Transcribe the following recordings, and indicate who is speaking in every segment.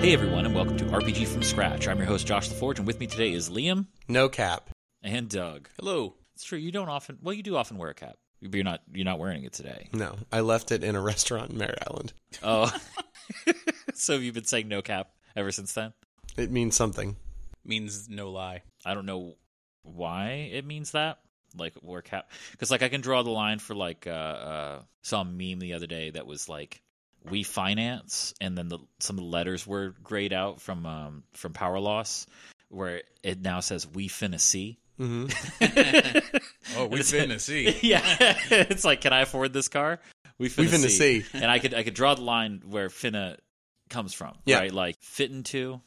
Speaker 1: Hey everyone, and welcome to RPG from Scratch. I'm your host Josh LaForge, and with me today is Liam
Speaker 2: No cap.
Speaker 1: and Doug.
Speaker 2: Hello.
Speaker 1: It's true you don't often. Well, you do often wear a cap, but you're not you're not wearing it today.
Speaker 2: No, I left it in a restaurant in Merritt Island.
Speaker 1: Oh, so you've been saying no cap ever since then.
Speaker 2: It means something.
Speaker 3: means no lie.
Speaker 1: I don't know why it means that. Like wear cap because like I can draw the line for like uh, uh saw a meme the other day that was like we finance and then the some of the letters were grayed out from um from power loss where it now says we finna see.
Speaker 2: hmm
Speaker 3: Oh, we
Speaker 1: It's-
Speaker 3: finna see.
Speaker 1: yeah, it's like, can I afford this car? We finna,
Speaker 2: We finna see.
Speaker 1: And I could I could draw the line where finna comes from,
Speaker 2: Yeah.
Speaker 1: right? Like fitting to,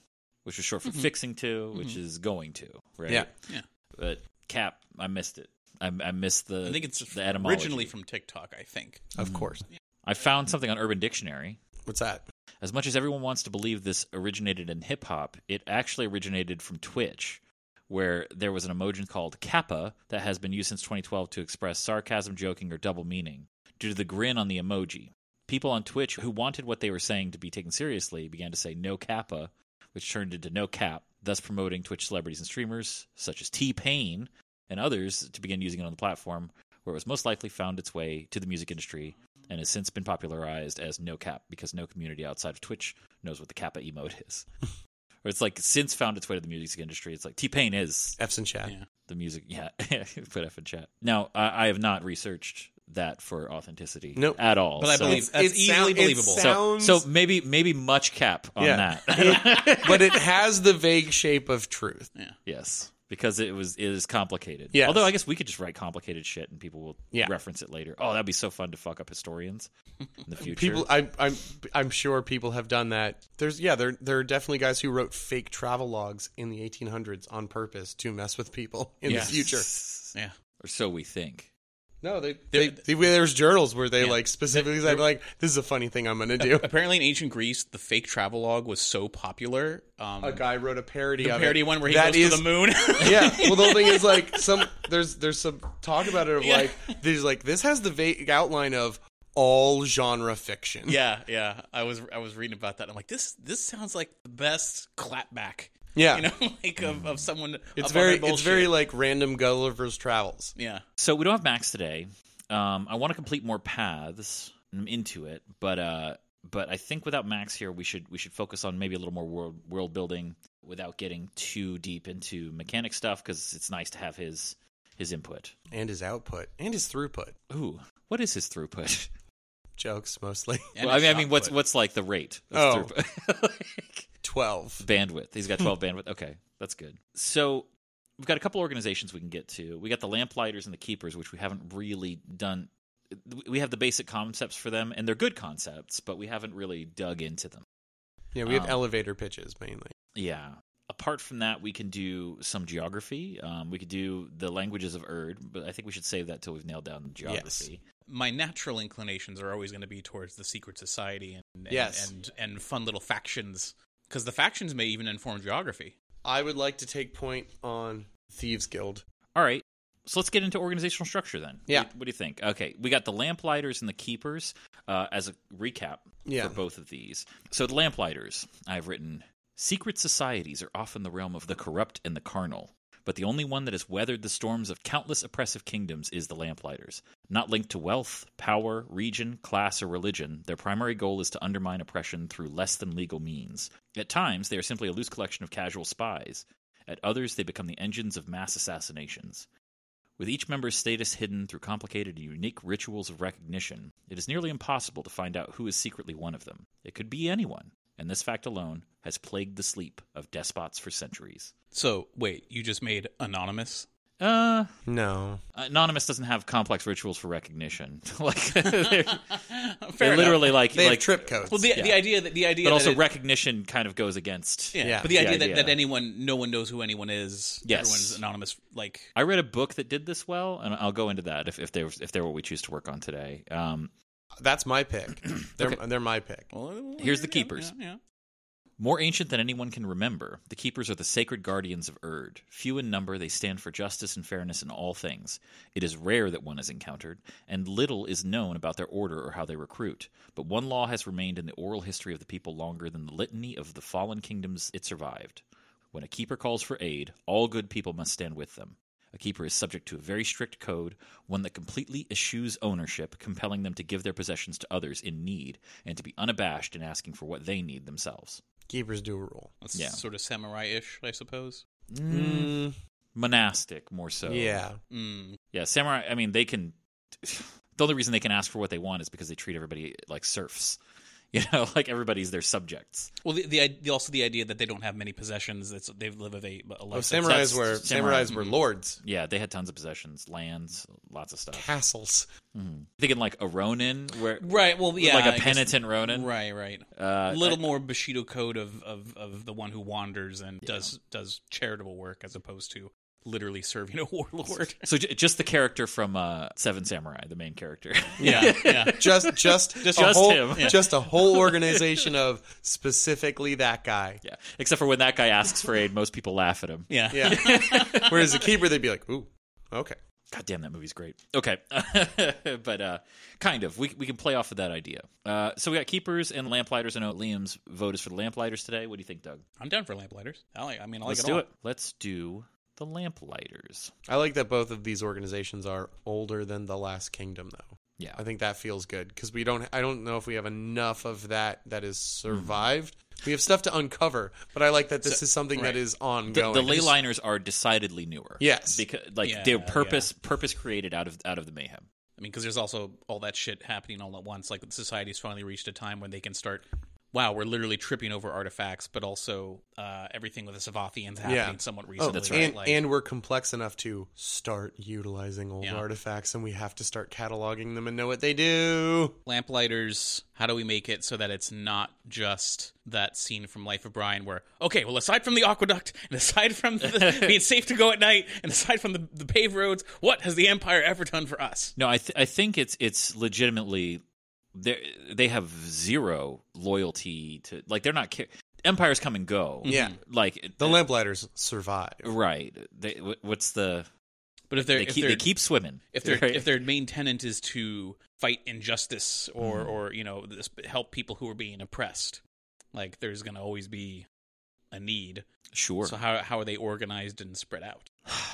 Speaker 1: which is short
Speaker 3: Mm-hmm.
Speaker 1: for fixing to, which is going to, right?
Speaker 2: Yeah.
Speaker 3: Yeah.
Speaker 1: But cap, I missed it. I, I missed the.
Speaker 3: I think it's
Speaker 1: the etymology.
Speaker 3: originally from TikTok, I think.
Speaker 2: Of course.
Speaker 1: I found something on Urban Dictionary.
Speaker 2: What's that?
Speaker 1: As much as everyone wants to believe this originated in hip hop, it actually originated from Twitch, where there was an emoji called Kappa that has been used since 2012 to express sarcasm, joking, or double meaning due to the grin on the emoji. People on Twitch who wanted what they were saying to be taken seriously began to say no Kappa, which turned into no cap, thus promoting Twitch celebrities and streamers such as T Pain and others to begin using it on the platform, where it was most likely found its way to the music industry and has since been popularized as no cap because no community outside of Twitch knows what the kappa emote is. or it's like since found its way to the music industry. It's like T Pain is
Speaker 2: F's and chat.
Speaker 3: Yeah.
Speaker 1: the music. Yeah, put F in chat. Now I, I have not researched that for authenticity
Speaker 2: Nope.
Speaker 1: at all.
Speaker 3: But I
Speaker 1: so-
Speaker 3: believe that's
Speaker 2: it
Speaker 3: easily
Speaker 2: sound- it
Speaker 3: believable.
Speaker 2: sound-
Speaker 1: so,
Speaker 2: sounds-
Speaker 1: so maybe maybe much cap on
Speaker 2: Yeah.
Speaker 1: that.
Speaker 2: but it has the vague shape of truth.
Speaker 1: yes, because it was it is complicated.
Speaker 2: Yes.
Speaker 1: Although I guess we could just write complicated shit and people will
Speaker 2: Yeah.
Speaker 1: reference it later. Oh, that'd be so fun to fuck up historians in the future.
Speaker 2: People, I, I'm, I'm sure people have done that. There's, yeah, there, there are definitely guys who wrote fake travel logs in the 1800s on purpose to mess with people in
Speaker 3: Yes.
Speaker 2: the future.
Speaker 3: Yeah.
Speaker 1: or so we think.
Speaker 2: No, they, they,
Speaker 3: There-
Speaker 2: they- there's journals where they
Speaker 3: Yeah.
Speaker 2: like specifically said like, this is a funny thing I'm gonna do.
Speaker 3: Apparently, in ancient Greece, the fake travelogue was so popular. Um,
Speaker 2: A guy wrote a parody
Speaker 3: the
Speaker 2: of
Speaker 3: parody
Speaker 2: it.
Speaker 3: one where he
Speaker 2: That
Speaker 3: goes
Speaker 2: is-
Speaker 3: to the moon.
Speaker 2: yeah. Well, the whole thing is like some there's there's some talk about it of like there's like this has the vague outline of all genre fiction.
Speaker 3: yeah, yeah. I was I was reading about that. I'm like, this this sounds like the best clapback.
Speaker 2: Yeah.
Speaker 3: You know, like of, of someone. up
Speaker 2: It's
Speaker 3: on
Speaker 2: very
Speaker 3: their bullshit.
Speaker 2: it's very like random Gulliver's Travels.
Speaker 3: yeah.
Speaker 1: So we don't have Max today. Um, I want to complete more paths I'm into it, but uh, but I think without Max here, we should we should focus on maybe a little more world world building without getting too deep into mechanic stuff because it's nice to have his his input.
Speaker 2: And his output and his throughput
Speaker 1: Ooh, what is his throughput?
Speaker 2: jokes mostly.
Speaker 3: And
Speaker 1: well, I mean, I
Speaker 3: it's
Speaker 1: mean, what's
Speaker 3: output.
Speaker 1: what's like the rate?
Speaker 2: Oh.
Speaker 1: throughput?
Speaker 2: Twelve.
Speaker 1: bandwidth. He's got 12 bandwidth. Okay, that's good. So we've got a couple organizations we can get to. We got the lamplighters and the keepers, which we haven't really done. We have the basic concepts for them, and they're good concepts, but we haven't really dug into them.
Speaker 2: Yeah, we have
Speaker 1: Um,
Speaker 2: elevator pitches mainly.
Speaker 1: Yeah. Apart from that, we can do some geography. Um, we could do the languages of Erd, but I think we should save that till we've nailed down the geography.
Speaker 3: my natural inclinations are always going to be towards the secret society and and
Speaker 2: Yes.
Speaker 3: and, and fun little factions because the factions may even inform geography.
Speaker 2: I would like to take point on Thieves Guild.
Speaker 1: All right. So let's get into organizational structure then.
Speaker 2: Yeah.
Speaker 1: What, what do you think? Okay. We got the lamplighters and the keepers uh, as a recap
Speaker 2: Yeah.
Speaker 1: for both of these. So the lamplighters, I've written secret societies are often the realm of the corrupt and the carnal. But the only one that has weathered the storms of countless oppressive kingdoms is the Lamplighters. Not linked to wealth, power, region, class, or religion, their primary goal is to undermine oppression through less than legal means. At times, they are simply a loose collection of casual spies. At others, they become the engines of mass assassinations. With each member's status hidden through complicated and unique rituals of recognition, it is nearly impossible to find out who is secretly one of them. It could be anyone. and this fact alone has plagued the sleep of despots for centuries.
Speaker 3: So wait, you just made anonymous?
Speaker 1: Uh,
Speaker 2: No.
Speaker 1: Anonymous doesn't have complex rituals for recognition. like, they're-
Speaker 3: Fair
Speaker 1: they
Speaker 3: enough.
Speaker 1: literally like
Speaker 2: They
Speaker 1: like
Speaker 2: have trip codes.
Speaker 3: Well, the,
Speaker 1: Yeah.
Speaker 3: the idea that the idea,
Speaker 1: but
Speaker 3: that
Speaker 1: also
Speaker 3: it-
Speaker 1: recognition kind of goes against.
Speaker 3: yeah.
Speaker 2: Yeah.
Speaker 3: But the
Speaker 1: The
Speaker 3: idea, that,
Speaker 1: idea.
Speaker 3: that anyone, no one knows who anyone is.
Speaker 1: Yes.
Speaker 3: everyone's anonymous. Like
Speaker 1: I read a book that did this well, and I'll go into that if if they're if they're what we choose to work on today. Um,
Speaker 2: That's my pick. They're, they're my pick.
Speaker 3: well,
Speaker 1: Here's the
Speaker 3: yeah,
Speaker 1: keepers.
Speaker 3: Yeah, yeah.
Speaker 1: More ancient than anyone can remember, the Keepers are the sacred guardians of Erd. Few in number, they stand for justice and fairness in all things. It is rare that one is encountered, and little is known about their order or how they recruit. But one law has remained in the oral history of the people longer than the litany of the fallen kingdoms it survived. When a keeper calls for aid, all good people must stand with them. A keeper is subject to a very strict code, one that completely eschews ownership, compelling them to give their possessions to others in need, and to be unabashed in asking for what they need themselves.
Speaker 2: Keepers do rule.
Speaker 3: That's
Speaker 1: Yeah.
Speaker 3: sort of samurai-ish, I suppose.
Speaker 2: Mm,
Speaker 1: monastic more so.
Speaker 2: yeah.
Speaker 3: Mm.
Speaker 1: Yeah, samurai, I mean, they can the only reason they can ask for what they want is because they treat everybody like serfs. You know, like everybody's their subjects.
Speaker 3: Well, the, the, i- the also the idea that they don't have many possessions. That's they live of a, a life.
Speaker 2: Oh,
Speaker 3: that's-
Speaker 2: samurais
Speaker 1: that's-
Speaker 2: were
Speaker 1: samurai.
Speaker 2: samurais were lords.
Speaker 1: Yeah, they had tons of possessions, lands, lots of stuff.
Speaker 2: Castles.
Speaker 1: Mhm. Thinking like a ronin where
Speaker 3: Right. Well, yeah,
Speaker 1: like
Speaker 3: I
Speaker 1: a
Speaker 3: guess-
Speaker 1: penitent ronin.
Speaker 3: Right. Right.
Speaker 1: Uh,
Speaker 3: a little more Bushido code of, of, of the one who wanders and does does charitable work as opposed to literally serving a warlord.
Speaker 1: So j- just the character from uh, Seven Samurai, the main character.
Speaker 3: Yeah, yeah.
Speaker 2: Just just just, a
Speaker 1: Just
Speaker 2: whole,
Speaker 1: him. Yeah.
Speaker 2: Just a whole organization of specifically that guy.
Speaker 1: yeah. Except for when that guy asks for aid, most people laugh at him.
Speaker 3: Yeah.
Speaker 2: Yeah. Whereas the keeper, they'd be like, ooh, okay.
Speaker 1: God damn, that movie's great. Okay, but uh, kind of. We, we can play off of that idea. Uh, so we got keepers and lamplighters. I know Liam's vote is for the lamplighters today. What do you think, Doug?
Speaker 3: I'm down for lamplighters. I like I mean I like
Speaker 1: Let's
Speaker 3: it
Speaker 1: do
Speaker 3: all.
Speaker 1: it. Let's do the lamplighters.
Speaker 2: I like that both of these organizations are older than the last kingdom, though.
Speaker 1: Yeah.
Speaker 2: I think that feels good because we don't. I don't know if we have enough of that that is survived. We have stuff to uncover, but I like that this is something that is
Speaker 1: Mm-hmm. The,
Speaker 2: ongoing.
Speaker 1: the ley liners are decidedly newer.
Speaker 2: Yes.
Speaker 1: because like
Speaker 3: Yeah,
Speaker 1: their purpose purpose created out of out of the mayhem.
Speaker 3: I mean because there's also all that shit happening all at once. Like society's finally reached a time when they can start wow, we're literally tripping over artifacts, but also uh, everything with the Savathians happening
Speaker 2: Yeah.
Speaker 3: somewhat recently.
Speaker 1: Oh, that's right.
Speaker 2: Oh, And, and we're complex enough to start utilizing old
Speaker 3: Yeah.
Speaker 2: artifacts, and we have to start cataloging them and know what they do.
Speaker 3: lamplighters how do we make it so that it's not just that scene from life of brian where okay well aside from the aqueduct and aside from the, being safe to go at night and aside from the, the paved roads what has the empire ever done for us
Speaker 1: No, I th- I think it's it's legitimately they they have zero loyalty to like they're not care- empires come and go.
Speaker 2: Yeah.
Speaker 1: like uh,
Speaker 2: The lamplighters survive.
Speaker 1: right. They, wh- what's the
Speaker 3: but if they're
Speaker 1: they
Speaker 3: if
Speaker 1: keep,
Speaker 3: they're
Speaker 1: they keep swimming.
Speaker 3: if their
Speaker 1: Right?
Speaker 3: if their main tenant is to fight injustice or
Speaker 1: Mm-hmm.
Speaker 3: or you know this, help people who are being oppressed like there's going to always be a need
Speaker 1: sure,
Speaker 3: so how how are they organized and spread out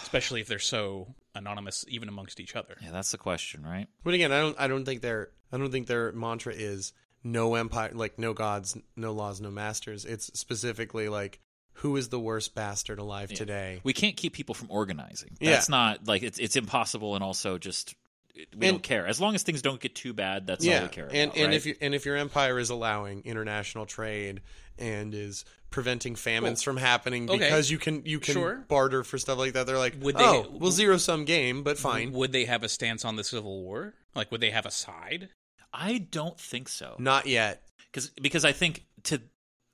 Speaker 3: especially if they're so anonymous even amongst each other
Speaker 1: yeah, that's the question, right?
Speaker 2: But again, I don't. I don't think their. I don't think their mantra is no empire, like no gods, no laws, no masters. It's specifically like who is the worst bastard alive today.
Speaker 1: We can't keep people from organizing.
Speaker 2: Yeah.
Speaker 1: That's not like it's it's impossible, and also just it- we don't
Speaker 2: And-
Speaker 1: care as long as things don't get too bad. That's all we care about.
Speaker 2: and and
Speaker 1: right?
Speaker 2: if you, and if your empire is allowing international trade and is preventing famines from happening
Speaker 3: okay.
Speaker 2: because you can you can
Speaker 3: Sure.
Speaker 2: barter for stuff like that, they're like,
Speaker 3: Would they-
Speaker 2: oh, well, zero sum game, but fine,
Speaker 3: Would they have a stance on the Civil War? Like, would they have a side?
Speaker 1: I don't think so,
Speaker 2: not yet.
Speaker 1: because because I think to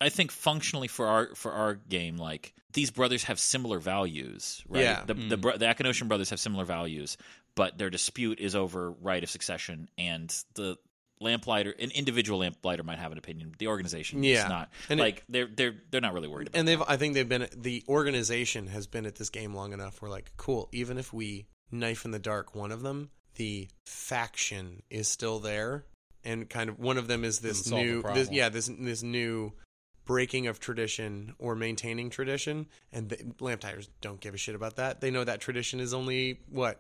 Speaker 1: I think functionally for our for our game, like these brothers have similar values, right?
Speaker 2: Yeah.
Speaker 1: The the, bro- the Akinosian brothers have similar values, but their dispute is over right of succession, and the lamplighter, an individual lamplighter might have an opinion. The organization
Speaker 2: Yeah.
Speaker 1: is not
Speaker 2: And it-
Speaker 1: like they're they're they're not really worried about.
Speaker 2: And they've, I think they've been the organization has been at this game long enough. We're like, cool. Even if we knife in the dark one of them, the faction is still there, and kind of one of them is this
Speaker 3: Doesn't solve the
Speaker 2: new, this,
Speaker 3: problem.
Speaker 2: yeah, this this new breaking of tradition or maintaining tradition. And the Lamptires don't give a shit about that. They know that tradition is only what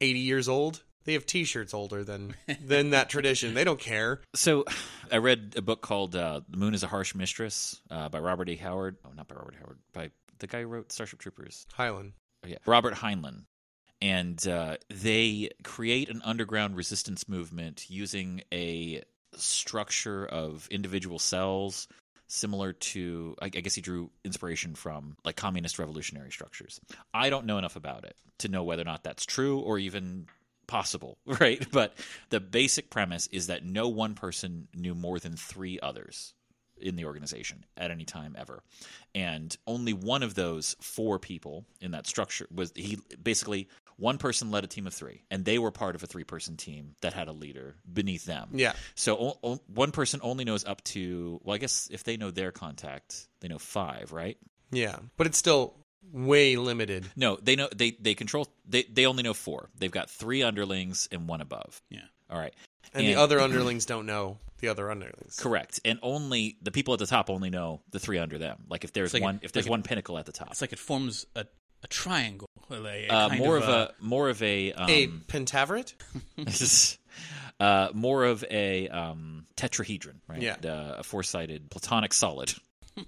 Speaker 2: eighty years old. They have T-shirts older than than that tradition. They don't care.
Speaker 1: So, I read a book called uh, "The Moon Is a Harsh Mistress" uh, by Robert A. Howard. Oh, not by Robert Howard, by the guy who wrote Starship Troopers.
Speaker 2: Highland.
Speaker 1: Oh, yeah, Robert Heinlein. And uh, they create an underground resistance movement using a structure of individual cells, similar to I, I guess he drew inspiration from like communist revolutionary structures. I don't know enough about it to know whether or not that's true or even possible, right? But the basic premise is that no one person knew more than 3 others in the organization at any time ever. And only one of those four people in that structure was he basically one person led a team of three, and they were part of a three person team that had a leader beneath them.
Speaker 2: Yeah.
Speaker 1: So o- o- one person only knows up to, well, I guess if they know their contact, they know five, right?
Speaker 2: Yeah, but it's still way limited.
Speaker 1: No, they know they they control they they only know four. They've got three underlings and one above.
Speaker 3: Yeah.
Speaker 1: All right.
Speaker 2: And, the other underlings don't know the other underlings.
Speaker 1: correct. And only the people at the top only know the three under them. Like if there's
Speaker 3: like a-
Speaker 1: one if there's
Speaker 3: like a-
Speaker 1: one pinnacle at the top.
Speaker 3: It's like it forms a, a triangle. a- a
Speaker 1: uh,
Speaker 3: kind
Speaker 1: more of, a, more of a
Speaker 2: a
Speaker 1: um,
Speaker 2: pentaveret?
Speaker 1: uh, more of a um, tetrahedron, right?
Speaker 2: Yeah.
Speaker 1: Uh, a four-sided platonic solid,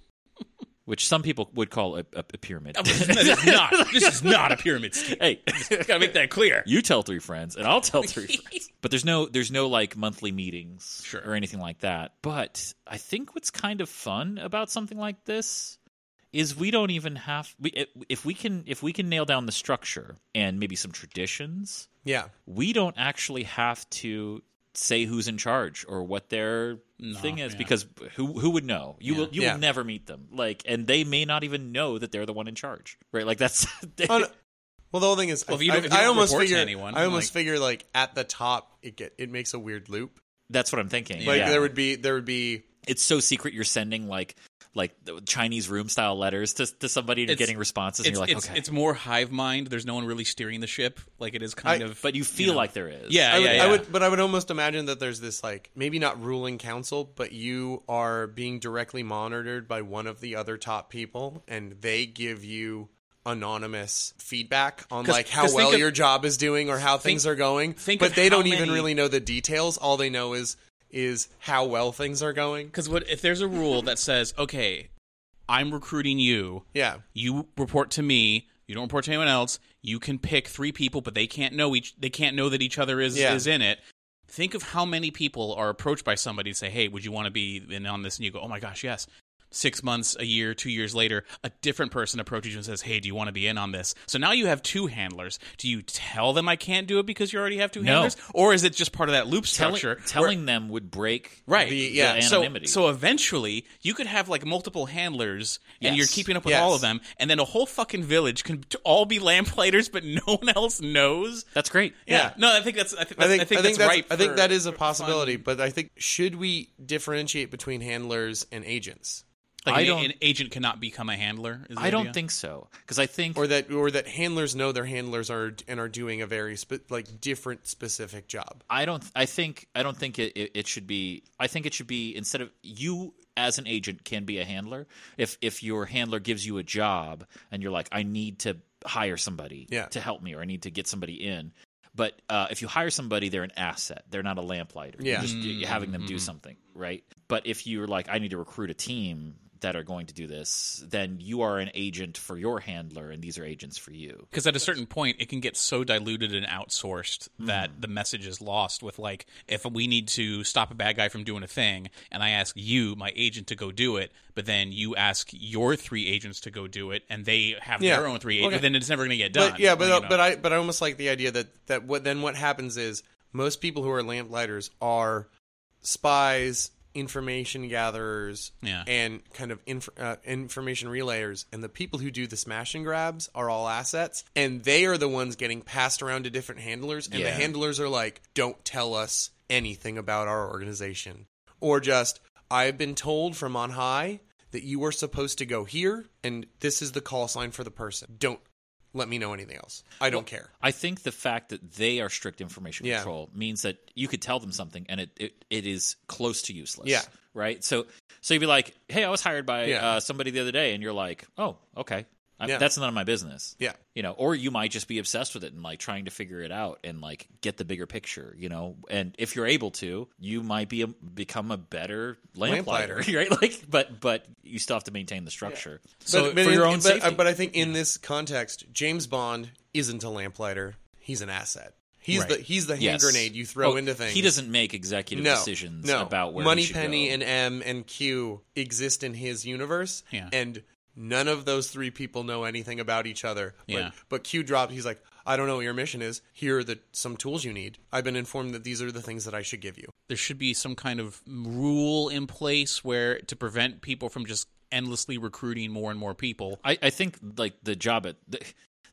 Speaker 1: which some people would call a, a, a pyramid.
Speaker 3: No, this is not. This is not a pyramid scheme.
Speaker 1: hey,
Speaker 3: Gotta make that clear.
Speaker 1: you tell three friends, and I'll tell three friends. But there's no there's no like monthly meetings
Speaker 3: Sure.
Speaker 1: or anything like that. But I think what's kind of fun about something like this is we don't even have we if we can if we can nail down the structure and maybe some traditions
Speaker 2: Yeah.
Speaker 1: we don't actually have to say who's in charge or what their
Speaker 3: No,
Speaker 1: thing is
Speaker 3: yeah.
Speaker 1: because who who would know you will you
Speaker 2: Yeah.
Speaker 1: will never meet them like and they may not even know that they're the one in charge right like that's
Speaker 2: Oh, no. Well, the whole thing is,
Speaker 3: Well, if
Speaker 2: I,
Speaker 3: you
Speaker 2: I-
Speaker 3: don't- if you don't
Speaker 2: I almost
Speaker 3: report to
Speaker 2: figure,
Speaker 3: anyone,
Speaker 2: I almost
Speaker 3: like-
Speaker 2: figure like at the top, it get it makes a weird loop.
Speaker 1: that's what i'm thinking
Speaker 2: Like
Speaker 1: yeah.
Speaker 2: there would be there would be
Speaker 1: it's so secret you're sending like like the chinese room style letters to, to somebody and
Speaker 3: It's-
Speaker 1: getting responses and
Speaker 3: It's,
Speaker 1: you're like
Speaker 3: it's,
Speaker 1: okay
Speaker 3: it's more hive mind. There's no one really steering the ship. Like it is kind
Speaker 2: I-
Speaker 3: of.
Speaker 1: but you feel
Speaker 3: know.
Speaker 1: like there is
Speaker 3: Yeah,
Speaker 2: I would,
Speaker 3: yeah, yeah.
Speaker 2: I would, but I would almost imagine that there's this like maybe not ruling council, but you are being directly monitored by one of the other top people, and they give you anonymous feedback on
Speaker 3: 'Cause-
Speaker 2: like how
Speaker 3: 'cause think
Speaker 2: well
Speaker 3: of-
Speaker 2: your job is doing or how things are going.
Speaker 3: think
Speaker 2: but
Speaker 3: of
Speaker 2: they
Speaker 3: how
Speaker 2: don't even
Speaker 3: many-
Speaker 2: really know the details. All they know is is how well things are going.
Speaker 3: Because what if there's a rule that says, okay, I'm recruiting you.
Speaker 2: Yeah,
Speaker 3: You report to me. You don't report to anyone else. You can pick three people, but they can't know each. They can't know that each other is
Speaker 2: Yeah.
Speaker 3: is in it. Think of how many people are approached by somebody to say, "Hey, would you want to be in on this?" And you go, "Oh my gosh, yes." Six months, a year, two years later, a different person approaches you and says, "Hey, do you want to be in on this?" So now you have two handlers. Do you tell them I can't do it because you already have two
Speaker 1: No.
Speaker 3: handlers, or is it just part of that loop
Speaker 1: telling,
Speaker 3: structure? where-
Speaker 1: telling them would break
Speaker 3: right?
Speaker 2: The-
Speaker 1: yeah,
Speaker 2: yeah,
Speaker 3: so,
Speaker 1: anonymity
Speaker 3: so eventually you could have like multiple handlers
Speaker 1: Yes.
Speaker 3: and you're keeping up with
Speaker 2: Yes.
Speaker 3: all of them and then a whole fucking village can t- all be lamplighters but no one else knows
Speaker 1: that's great
Speaker 3: yeah, no i think that's i think
Speaker 2: I
Speaker 3: that's,
Speaker 2: think,
Speaker 3: I think, that's, ripe
Speaker 2: I think
Speaker 3: for-
Speaker 2: that is a
Speaker 3: for
Speaker 2: possibility.
Speaker 3: fun.
Speaker 2: But I think should we differentiate between handlers and agents,
Speaker 3: like
Speaker 1: I
Speaker 3: an,
Speaker 1: don't-
Speaker 3: an agent cannot become a handler is the
Speaker 1: i don't
Speaker 3: idea?
Speaker 1: think so because i think
Speaker 2: or that or that handlers know their handlers are and are doing a very spe- like different specific job?
Speaker 1: I don't. I think. I don't think it, it, it should be. I think it should be instead of you as an agent can be a handler. If if your handler gives you a job and you're like, I need to hire somebody
Speaker 2: Yeah.
Speaker 1: to help me, or I need to get somebody in. But uh, if you hire somebody, they're an asset. They're not a lamplighter. You're
Speaker 2: Yeah.
Speaker 1: just you're having them do something, right? But if you're like, I need to recruit a team that are going to do this, then you are an agent for your handler, and these are agents for you.
Speaker 3: because at a certain point it can get so diluted and outsourced that
Speaker 2: Mm.
Speaker 3: the message is lost with like if we need to stop a bad guy from doing a thing and i ask you my agent to go do it but then you ask your three agents to go do it and they have their
Speaker 2: Yeah.
Speaker 3: own three agents
Speaker 2: Okay.
Speaker 3: then it's never going to get done
Speaker 2: But yeah, but uh,
Speaker 3: you know?
Speaker 2: but I but I almost like the idea that that what then what happens is most people who are lamplighters are spies, information gatherers,
Speaker 3: Yeah.
Speaker 2: and kind of inf- uh, information relayers. And the people who do the smash and grabs are all assets, and they are the ones getting passed around to different handlers. And the
Speaker 1: Yeah.
Speaker 2: handlers are like, "Don't tell us anything about our organization," or just, "I've been told from on high." That you are supposed to go here, and this is the call sign for the person. Don't let me know anything else. I don't care.
Speaker 1: I think the fact that they are strict information
Speaker 2: Yeah.
Speaker 1: control means that you could tell them something and it, it, it is close to useless.
Speaker 2: Yeah.
Speaker 1: Right. So so you'd be like, hey, I was hired by
Speaker 2: Yeah.
Speaker 1: uh, somebody the other day, and you're like, oh, okay, I,
Speaker 2: Yeah.
Speaker 1: that's none of my business.
Speaker 2: Yeah.
Speaker 1: You know, or you might just be obsessed with it and like trying to figure it out and like get the bigger picture. You know, and if you're able to, you might be a, become a better lamplighter,
Speaker 2: Lamplighter.
Speaker 1: right? Like, but but you still have to maintain the structure. So
Speaker 2: but, but
Speaker 1: for
Speaker 2: in-
Speaker 1: your own
Speaker 2: but,
Speaker 1: safety,
Speaker 2: But I think in this context, James Bond isn't a lamplighter. He's an asset. He's
Speaker 3: Right.
Speaker 2: the he's the hand
Speaker 1: Yes.
Speaker 2: grenade you throw
Speaker 1: Oh,
Speaker 2: into things.
Speaker 1: He doesn't make executive
Speaker 2: no,
Speaker 1: decisions
Speaker 2: no.
Speaker 1: about where
Speaker 2: Money
Speaker 1: he should
Speaker 2: Penny
Speaker 1: go.
Speaker 2: and M and Q exist in his universe,
Speaker 3: Yeah.
Speaker 2: and none of those three people know anything about each other. But,
Speaker 3: Yeah.
Speaker 2: but Q dropped. He's like, I don't know what your mission is. Here are the some tools you need. I've been informed that these are the things that I should give you.
Speaker 3: there should be some kind of rule in place where to prevent people from just endlessly recruiting more and more people.
Speaker 1: I, I think like the job at the,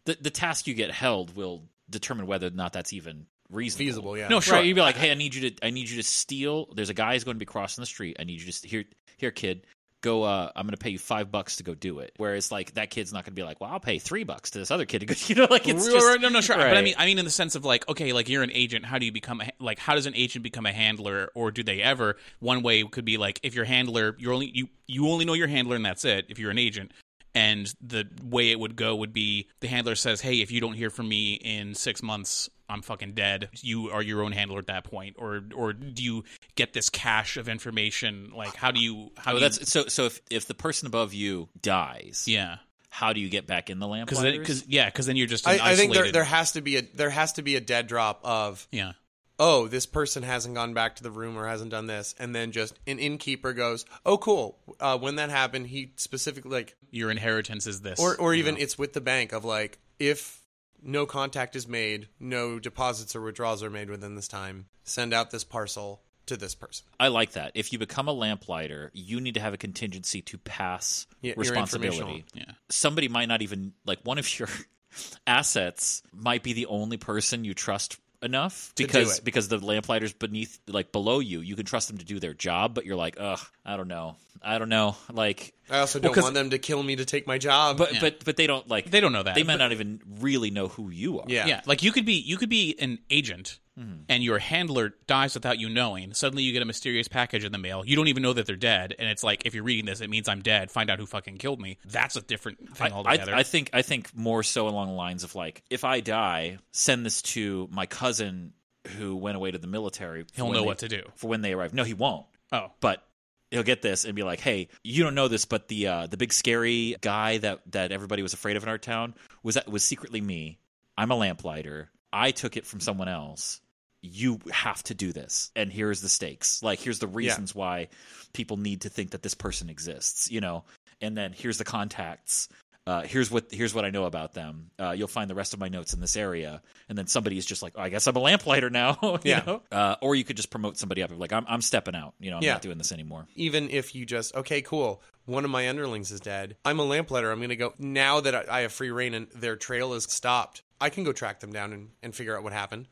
Speaker 1: the the task you get held will determine whether or not that's even reasonable.
Speaker 2: Feasible, yeah.
Speaker 3: No, sure.
Speaker 1: Right? You'd be like, hey, I need you to I need you to steal. There's a guy who's going to be crossing the street. I need you to s- here here kid. Go. Uh, I'm going to pay you five bucks to go do it. Whereas like that kid's not going to be like, well, I'll pay three bucks to this other kid to go. You know, like it's
Speaker 3: Right,
Speaker 1: just
Speaker 3: right, no, no, sure. But I
Speaker 1: right.
Speaker 3: mean, I mean, in the sense of like, okay, like you're an agent. How do you become a, like? How does an agent become a handler, or do they ever? One way could be like, if you're a handler, you're only you you only know your handler, and that's it. If you're an agent, and the way it would go would be the handler says, hey, if you don't hear from me in six months, I'm fucking dead. You are your own handler at that point, or or do you get this cache of information? Like, how do you? How
Speaker 1: Oh,
Speaker 3: do you,
Speaker 1: that's so. So if if the person above you dies,
Speaker 3: yeah.
Speaker 1: how do you get back in the lamp?
Speaker 3: Because because yeah, because then you're just an
Speaker 2: I, I think there,
Speaker 3: isolated-
Speaker 2: there has to be a there has to be a dead drop of
Speaker 3: yeah.
Speaker 2: oh, this person hasn't gone back to the room or hasn't done this, and then just an innkeeper goes, oh, cool. Uh, when that happened, he specifically like,
Speaker 3: Your inheritance is this,
Speaker 2: or or
Speaker 3: you
Speaker 2: even
Speaker 3: know?
Speaker 2: it's with the bank of like, if no contact is made, no deposits or withdrawals are made within this time, send out this parcel to this person.
Speaker 1: I like that. If you become a lamplighter, you need to have a contingency to pass
Speaker 2: Yeah, your
Speaker 1: responsibility.
Speaker 2: information.
Speaker 3: Yeah.
Speaker 1: Somebody might not even like one of your assets might be the only person you trust enough
Speaker 2: To do
Speaker 1: because
Speaker 2: it.
Speaker 1: because the lamplighters beneath like below you, you can trust them to do their job, but you're like, ugh, I don't know, I don't know, like.
Speaker 2: I also
Speaker 1: Well,
Speaker 2: don't
Speaker 1: 'cause-
Speaker 2: want them to kill me to take my job.
Speaker 1: But but but they don't like
Speaker 3: They don't know that,
Speaker 1: they might
Speaker 3: but-
Speaker 1: not even really know who you are.
Speaker 2: yeah. Mm-hmm.
Speaker 3: Yeah. like you could be you could be an agent and your handler dies without you knowing. Suddenly you get a mysterious package in the mail. You don't even know that they're dead and it's like if you're reading this it means I'm dead. Find out who fucking killed me. That's a different
Speaker 1: I,
Speaker 3: thing
Speaker 1: I-
Speaker 3: altogether.
Speaker 1: I think I think more so along the lines of like, if I die, send this to my cousin who went away to the military. for
Speaker 3: He'll
Speaker 1: when
Speaker 3: know
Speaker 1: they-
Speaker 3: what to do.
Speaker 1: for when they arrive. No, he won't.
Speaker 3: oh.
Speaker 1: But he'll get this and be like, "Hey, you don't know this, but the uh, the big scary guy that that everybody was afraid of in our town was that was secretly me. I'm a lamplighter. I took it from someone else." You have to do this, and here's the stakes. Like, here's the reasons why people need to think that this person exists. You know, and then here's the contacts. Uh, here's what here's what I know about them. Uh, you'll find the rest of my notes in this area, and then somebody's just like, oh, I guess I'm a lamplighter now. you
Speaker 2: Yeah.
Speaker 1: know? Uh, or you could just promote somebody up, like I'm I'm stepping out. You know, I'm
Speaker 2: Yeah.
Speaker 1: not doing this anymore.
Speaker 2: even if you just okay cool one of my underlings is dead i'm a lamplighter i'm gonna go now that i I have free reign and their trail is stopped i can go track them down and, and figure out what happened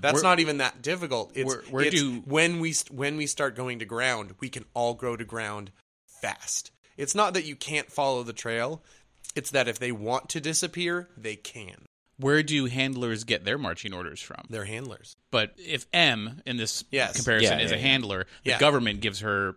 Speaker 2: that's not even that difficult it's,
Speaker 3: Mm-hmm. Where- where
Speaker 2: it's
Speaker 3: do-
Speaker 2: when we st- when we start going to ground we can all go to ground fast it's not that you can't follow the trail it's that if they want to disappear they can
Speaker 3: Where do handlers get their marching orders from?
Speaker 2: they're handlers
Speaker 3: But if M in this
Speaker 2: Yes.
Speaker 3: comparison
Speaker 1: Yeah,
Speaker 3: is
Speaker 1: yeah,
Speaker 3: a
Speaker 1: yeah.
Speaker 3: handler, the
Speaker 2: Yeah.
Speaker 3: government gives her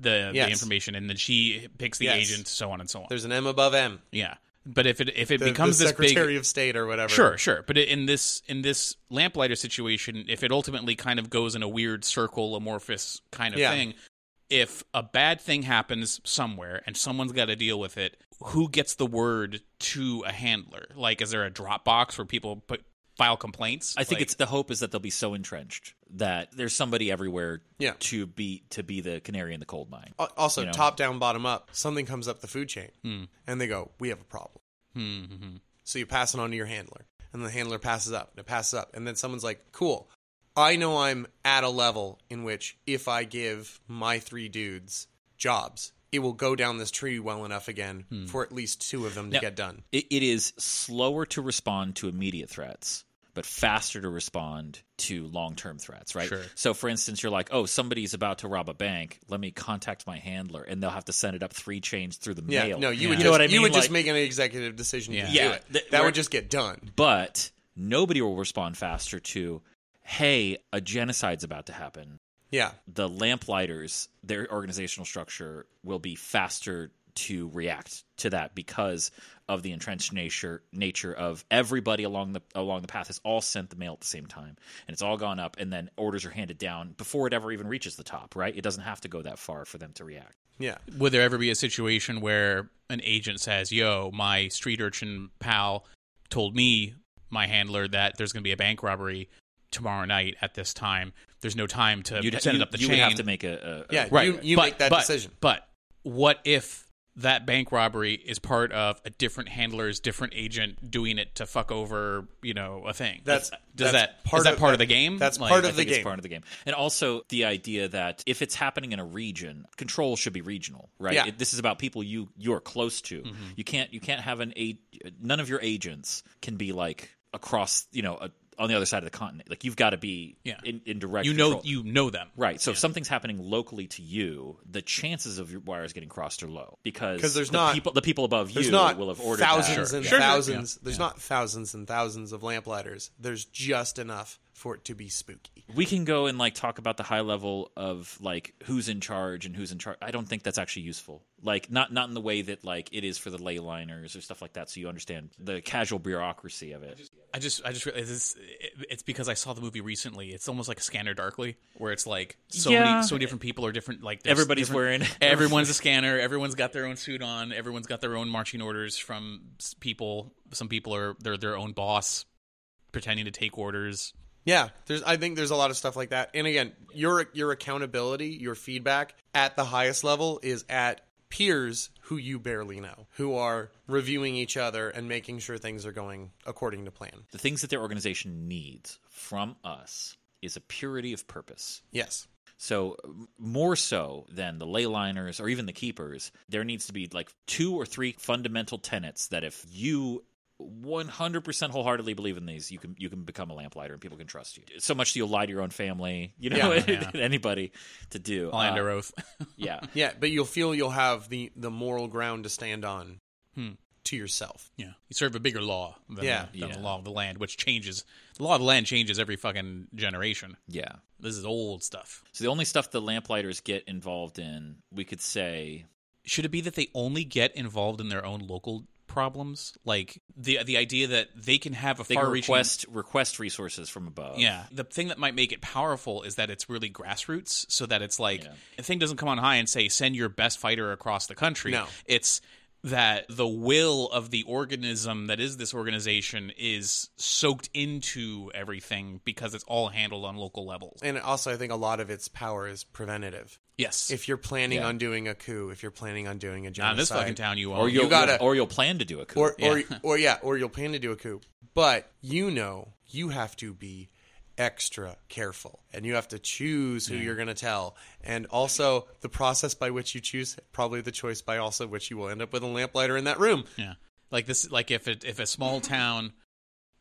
Speaker 3: the,
Speaker 2: Yes.
Speaker 3: the information and then she picks the
Speaker 2: Yes.
Speaker 3: agent so on and so on.
Speaker 2: there's an m above m
Speaker 3: yeah. But if it if it
Speaker 2: the,
Speaker 3: becomes
Speaker 2: the
Speaker 3: this big
Speaker 2: secretary of state or whatever
Speaker 3: Sure, sure. But i- in this in this lamplighter situation, if it ultimately kind of goes in a weird circle, amorphous kind of
Speaker 2: Yeah.
Speaker 3: thing, if a bad thing happens somewhere and someone's got to deal with it, who gets the word to a handler? Like, is there a Dropbox where people put file complaints?
Speaker 1: I think
Speaker 3: Like-
Speaker 1: it's the hope is that they'll be so entrenched that there's somebody everywhere
Speaker 2: Yeah.
Speaker 1: to be to be the canary in the coal mine.
Speaker 2: Al- Also,
Speaker 1: You know?
Speaker 2: top down, bottom up, something comes up the food chain and they go, We have a problem.
Speaker 3: Hmm, hmm, hmm.
Speaker 2: So you pass it on to your handler, and the handler passes up, and it passes up. And then someone's like, Cool, I know I'm at a level in which if I give my three dudes jobs, it will go down this tree well enough again for at least two of them to
Speaker 1: Hmm. Now-
Speaker 2: get done.
Speaker 1: It, it is slower to respond to immediate threats, but faster to respond to long term threats, right?
Speaker 3: Sure.
Speaker 1: So, for instance, you're like, oh, somebody's about to rob a bank. Let me contact my handler, and they'll have to send it up three chains through the
Speaker 2: Yeah,
Speaker 1: mail.
Speaker 2: no, you
Speaker 3: Yeah.
Speaker 2: would
Speaker 1: You
Speaker 2: just,
Speaker 1: know what I
Speaker 2: You
Speaker 1: mean?
Speaker 2: would just
Speaker 1: Like-
Speaker 2: make an executive decision
Speaker 3: Yeah.
Speaker 2: to
Speaker 1: Yeah,
Speaker 2: do it.
Speaker 1: th-
Speaker 2: that
Speaker 1: we're-
Speaker 2: would just get done.
Speaker 1: but nobody will respond faster to, hey, a genocide's about to happen.
Speaker 2: Yeah.
Speaker 1: the lamplighters their organizational structure will be faster to react to that because of the entrenched nature nature of everybody along the along the path has all sent the mail at the same time and it's all gone up and then orders are handed down before it ever even reaches the top right it doesn't have to go that far for them to react
Speaker 2: Yeah.
Speaker 3: would there ever be a situation where an agent says, "Yo, my street urchin pal told me, my handler, that there's going to be a bank robbery. tomorrow night at this time. There's no time to
Speaker 1: You'd,
Speaker 3: send
Speaker 1: you,
Speaker 3: it up the
Speaker 1: you
Speaker 3: chain.
Speaker 1: would have to make a, a- a-
Speaker 2: Yeah,
Speaker 3: right.
Speaker 2: you, you
Speaker 3: but,
Speaker 2: make that
Speaker 3: but-
Speaker 2: decision.
Speaker 3: But what if that bank robbery is part of a different handler's different agent doing it to fuck over, you know, a thing?
Speaker 2: That's that's
Speaker 3: does that- is that part of the game?
Speaker 2: That's
Speaker 3: Like,
Speaker 2: part
Speaker 3: I
Speaker 2: of the
Speaker 1: think
Speaker 2: game.
Speaker 1: It's part of the game. And also the idea that if it's happening in a region, control should be regional, right?
Speaker 2: Yeah. Mm-hmm.
Speaker 1: It- this is about people you you're close to. You can't you can't have an a none of your agents can be like across, you know, a, on the other side of the continent. Like you've got to be
Speaker 3: Yeah.
Speaker 1: in, in direct
Speaker 3: you know,
Speaker 1: control.
Speaker 3: you know them,
Speaker 1: Right, so if something's happening locally to you, the chances of your wires getting crossed are low because
Speaker 2: 'Cause there's
Speaker 1: the
Speaker 2: not-
Speaker 1: people the people above
Speaker 2: There's
Speaker 1: you
Speaker 2: not
Speaker 1: will have ordered
Speaker 2: thousands
Speaker 1: that.
Speaker 2: and
Speaker 3: Sure, sure.
Speaker 2: thousands. There's not thousands and thousands of lamplighters. There's just enough for it to be spooky.
Speaker 1: we can go and like talk about the high level of like who's in charge and who's in charge. I don't think that's actually useful. Like not not in the way that like it is for the ley liners or stuff like that. So you understand the casual bureaucracy of it.
Speaker 3: I just, I just, realized this, it- it's because I saw the movie recently. It's almost like Scanner Darkly, where it's like so
Speaker 1: Yeah.
Speaker 3: many, so many different people are different. Like there's
Speaker 1: Everybody's
Speaker 3: different-
Speaker 1: wearing-
Speaker 3: everyone's a scanner. Everyone's got their own suit on. Everyone's got their own marching orders from s- people. Some people are they're their own boss, pretending to take orders.
Speaker 2: Yeah, there's. I think there's a lot of stuff like that. And again, your your accountability, your feedback at the highest level is at peers who you barely know, who are reviewing each other and making sure things are going according to plan.
Speaker 1: The things that their organization needs from us is a purity of purpose.
Speaker 2: Yes.
Speaker 1: So m- more so than the ley liners or even the keepers, there needs to be like two or three fundamental tenets that if you 100% wholeheartedly believe in these, you can you can become a lamplighter and people can trust you. So much that you'll lie to your own family, you know,
Speaker 2: Yeah,
Speaker 3: yeah.
Speaker 1: anybody to do.
Speaker 3: I'll
Speaker 1: Uh,
Speaker 3: end our oath.
Speaker 1: yeah.
Speaker 2: Yeah, but you'll feel you'll have the the moral ground to stand on
Speaker 3: Hmm.
Speaker 2: to yourself.
Speaker 3: Yeah, you serve a bigger law than,
Speaker 2: Yeah.
Speaker 3: the, than
Speaker 1: Yeah.
Speaker 3: the law of the land, which changes. The law of the land changes every fucking generation.
Speaker 1: Yeah.
Speaker 3: This is old stuff.
Speaker 1: So the only stuff the lamplighters get involved in, we could say
Speaker 3: Should it be that they only get involved in their own local problems? Like the the idea that they can have a
Speaker 1: they can
Speaker 3: far-reaching
Speaker 1: request request resources from above.
Speaker 3: Yeah. The thing that might make it powerful is that it's really grassroots, so that it's like
Speaker 1: Yeah.
Speaker 3: the thing doesn't come on high and say, send your best fighter across the country.
Speaker 2: No.
Speaker 3: It's that the will of the organism that is this organization is soaked into everything because it's all handled on local levels.
Speaker 2: And also, I think a lot of its power is preventative.
Speaker 3: Yes.
Speaker 2: If you're planning
Speaker 1: Yeah.
Speaker 2: on doing a coup, if you're planning on doing a genocide,
Speaker 3: not in this fucking town you own.
Speaker 1: Or you'll,
Speaker 2: gotta-
Speaker 1: or you'll plan to do a coup.
Speaker 2: or
Speaker 3: Yeah.
Speaker 2: or or yeah, or you'll plan to do a coup. But you know, you have to be extra careful, and you have to choose who you're going to tell, and also the process by which you choose, probably the choice by also which you will end up with a lamplighter in that room.
Speaker 3: Yeah. Like this like if it, if a small town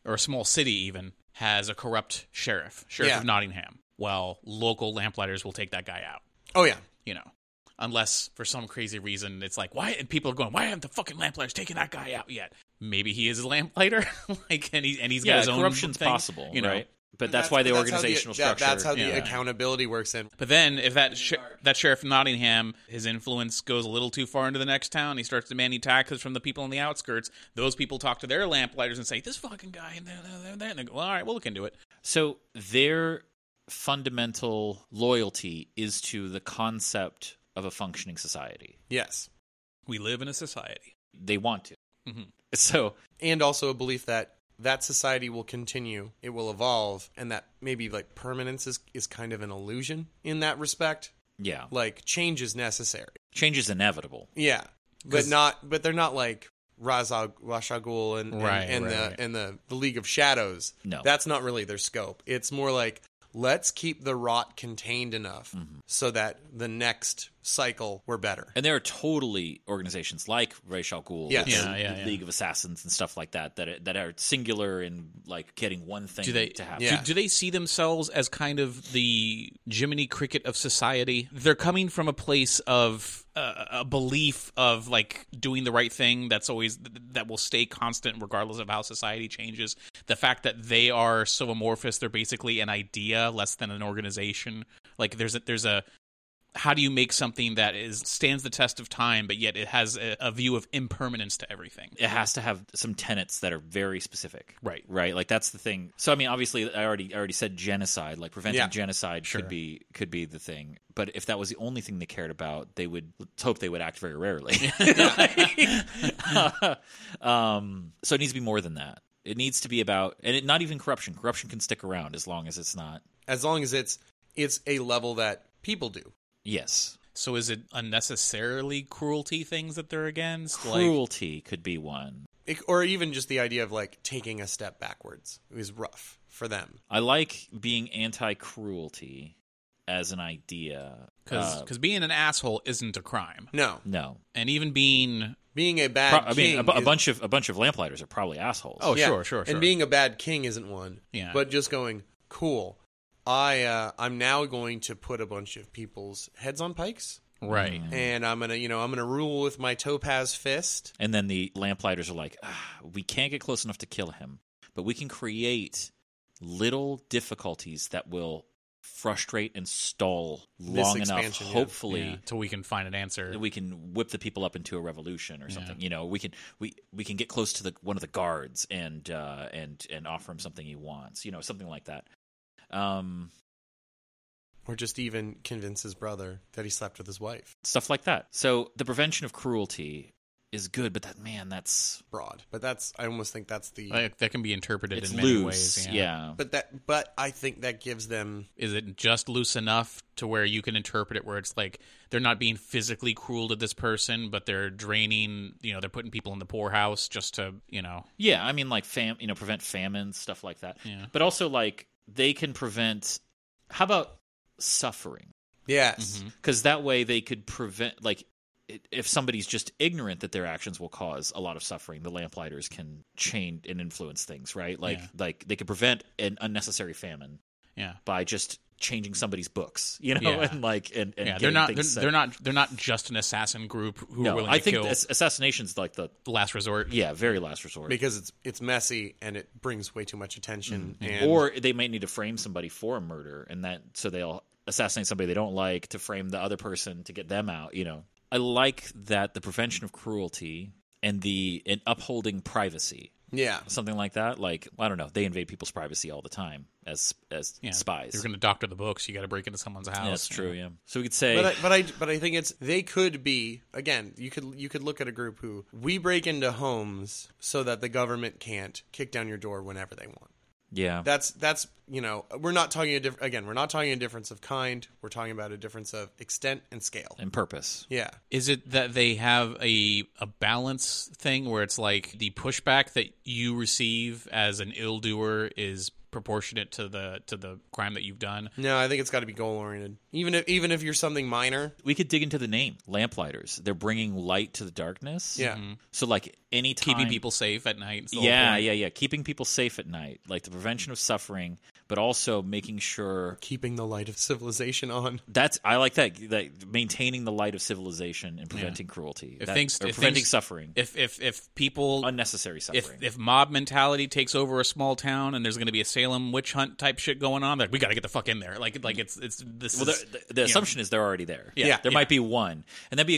Speaker 3: or a small city even has a corrupt sheriff, sheriff
Speaker 2: Yeah.
Speaker 3: of Nottingham, well, local lamplighters will take that guy out.
Speaker 2: Oh yeah,
Speaker 3: you know, unless for some crazy reason it's like why and people are going, why haven't the fucking lamplighters taken that guy out yet? Maybe he is a lamplighter, like, and he and he's got
Speaker 1: yeah,
Speaker 3: his own
Speaker 1: corruption's
Speaker 3: thing,
Speaker 1: possible,
Speaker 3: you know.
Speaker 1: right? But that's, why the
Speaker 2: that's how
Speaker 1: organizational
Speaker 2: that-
Speaker 1: structure.
Speaker 2: that's how the
Speaker 3: yeah.
Speaker 2: accountability works in.
Speaker 3: But then if that sh- that sheriff of Nottingham, his influence goes a little too far into the next town, he starts demanding taxes from the people on the outskirts. Those people talk to their lamplighters and say, "This fucking guy," and, they're, they're, they're, and they go, "All right, we'll look into it."
Speaker 1: So their fundamental loyalty is to the concept of a functioning society.
Speaker 2: Yes,
Speaker 3: We live in a society.
Speaker 1: They want to.
Speaker 3: Mhm.
Speaker 1: So
Speaker 2: and also a belief that that society will continue, it will evolve, and that maybe like permanence is is kind of an illusion in that respect.
Speaker 1: yeah,
Speaker 2: Like change is necessary.
Speaker 1: change is inevitable.
Speaker 2: Yeah, but
Speaker 3: 'Cause-
Speaker 2: not. But they're not like Razag, Rashagul, and and,
Speaker 3: Right,
Speaker 2: and
Speaker 3: right,
Speaker 2: the
Speaker 3: right.
Speaker 2: and the, the League of Shadows.
Speaker 1: No.
Speaker 2: that's not really their scope. It's more like let's keep the rot contained enough
Speaker 3: Mm-hmm.
Speaker 2: so that the next cycle we're better.
Speaker 1: And there are totally organizations like Ra's al Ghul,
Speaker 2: Yes.
Speaker 1: with the
Speaker 3: Yeah, yeah, yeah.
Speaker 1: League of Assassins and stuff like that that are, that are singular in like getting one thing
Speaker 3: do they
Speaker 1: to happen.
Speaker 3: do-
Speaker 2: Yeah.
Speaker 3: do, they see themselves as kind of the Jiminy Cricket of society? They're coming from a place of uh, a belief of like doing the right thing. That's always that will stay constant regardless of how society changes. The fact that they are so amorphous, they're basically an idea less than an organization. Like there's a, there's a how do you make something that is stands the test of time, but yet it has a, a view of impermanence to everything?
Speaker 1: it has to have some tenets that are very specific.
Speaker 3: Right.
Speaker 1: Right. Like that's the thing. So I mean, obviously, I already I already said genocide. Like preventing
Speaker 2: Yeah.
Speaker 1: genocide
Speaker 3: Sure.
Speaker 1: could be could be the thing. But if that was the only thing they cared about, they would let's hope they would act very rarely. um, so it needs to be more than that. It needs to be about, and it, not even corruption. Corruption can stick around as long as it's not.
Speaker 2: As long as it's it's a level that people do.
Speaker 1: Yes,
Speaker 3: So is it unnecessarily cruelty things that they're against? Like
Speaker 1: cruelty could be one.
Speaker 2: It, or even just the idea of like taking a step backwards is rough for them.
Speaker 1: I like being anti-cruelty as an idea.
Speaker 3: because
Speaker 1: Uh,
Speaker 3: being an asshole isn't a crime,
Speaker 2: No,
Speaker 1: no,
Speaker 3: and even being
Speaker 2: being a bad
Speaker 1: Pro- I mean
Speaker 2: king
Speaker 1: a, bu- a
Speaker 2: is-
Speaker 1: bunch of a bunch of lamplighters are probably assholes.
Speaker 3: Oh, sure, sure, sure.
Speaker 2: And being a bad king isn't one.
Speaker 3: Yeah.
Speaker 2: But just going, cool. I uh, I'm now going to put a bunch of people's heads on pikes,
Speaker 3: right.
Speaker 2: and I'm gonna you know I'm gonna rule with my topaz fist.
Speaker 1: And then the lamplighters are like, ah, we can't get close enough to kill him, but we can create little difficulties that will frustrate and stall
Speaker 2: This
Speaker 1: long enough,
Speaker 2: expansion, yeah.
Speaker 1: hopefully,
Speaker 3: Yeah, till we can find an answer.
Speaker 1: that we can whip the people up into a revolution or
Speaker 3: Yeah.
Speaker 1: something. You know, we can we we can get close to the one of the guards and uh, and and offer him something he wants. You know, something like that. Um,
Speaker 2: Or just even convince his brother that he slept with his wife.
Speaker 1: stuff like that. So the prevention of cruelty is good, but that man, that's
Speaker 2: Broad, but that's I almost think that's the.
Speaker 3: like, that can be interpreted
Speaker 1: it's
Speaker 3: in many
Speaker 1: loose.
Speaker 3: ways.
Speaker 1: yeah.
Speaker 2: but that but I think that gives them
Speaker 3: Is it just loose enough to where you can interpret it where it's like they're not being physically cruel to this person, but they're draining, you know, they're putting people in the poorhouse just to, you know,
Speaker 1: Yeah, I mean like fam, you know, prevent famines, stuff like that.
Speaker 3: Yeah.
Speaker 1: But also like they can prevent. How about suffering?
Speaker 2: yes.
Speaker 1: Because that way they could prevent like i- if somebody's just ignorant that their actions will cause a lot of suffering, the lamplighters can chain and influence things, right? Like
Speaker 3: Yeah.
Speaker 1: like they could prevent an unnecessary famine
Speaker 3: yeah.
Speaker 1: by just changing somebody's books, you know,
Speaker 3: Yeah.
Speaker 1: and like and, and
Speaker 3: yeah, they're
Speaker 1: getting
Speaker 3: not.
Speaker 1: things set.
Speaker 3: They're, they're not. They're not just an assassin group who are
Speaker 1: No,
Speaker 3: willing
Speaker 1: I
Speaker 3: to
Speaker 1: think
Speaker 3: kill
Speaker 1: ass- assassination's like the
Speaker 3: the last resort.
Speaker 1: yeah very last resort.
Speaker 2: Because it's it's messy and it brings way too much attention. And
Speaker 1: Mm-hmm. or they might need to frame somebody for a murder and that so they'll assassinate somebody they don't like to frame the other person to get them out you know i like that the prevention of cruelty and the and upholding privacy
Speaker 2: yeah,
Speaker 1: something like that like i don't know they invade people's privacy all the time as as
Speaker 3: Yeah,
Speaker 1: spies
Speaker 3: You're going to doctor the books. You got to break into someone's house.
Speaker 1: Yeah, that's true yeah so we could say
Speaker 2: But I, but I but I think it's they could be again. You could you could look at a group who we break into homes so that the government can't kick down your door whenever they want.
Speaker 1: yeah
Speaker 2: That's that's you know we're not talking a diff- again. We're not talking a difference of kind. We're talking about a difference of extent and scale.
Speaker 1: and purpose
Speaker 2: Yeah,
Speaker 3: Is it that they have a a balance thing where it's like the pushback that you receive as an ill doer is proportionate to the to the crime that you've done?
Speaker 2: no, I think it's got to be goal oriented. Even if even if you're something minor,
Speaker 1: we could dig into the name lamplighters they're bringing light to the darkness
Speaker 2: yeah,
Speaker 1: so like any time
Speaker 3: Keeping people safe at night. is the whole
Speaker 1: yeah
Speaker 3: point.
Speaker 1: yeah yeah keeping people safe at night like the prevention of suffering but also making sure
Speaker 2: keeping the light of civilization on.
Speaker 1: that's i like that that maintaining the light of civilization and preventing cruelty
Speaker 3: If
Speaker 1: That-
Speaker 3: things
Speaker 1: or
Speaker 3: if
Speaker 1: preventing
Speaker 3: things-
Speaker 1: suffering
Speaker 3: If if if people
Speaker 1: unnecessary
Speaker 3: if
Speaker 1: suffering
Speaker 3: if mob mentality takes over a small town and there's going to be a Salem witch hunt type shit going on, like we got to get the fuck in there. Like like it's it's this.
Speaker 1: well,
Speaker 3: is,
Speaker 1: the, the, the
Speaker 3: you know.
Speaker 1: assumption is they're already there.
Speaker 3: Yeah,
Speaker 1: there
Speaker 3: yeah.
Speaker 1: might be one, and that'd be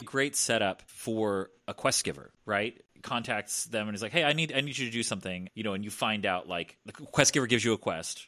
Speaker 1: a great setup for a quest giver, right? Contacts them and is like, "Hey, I need I need you to do something," you know, and you find out like the quest giver gives you a quest,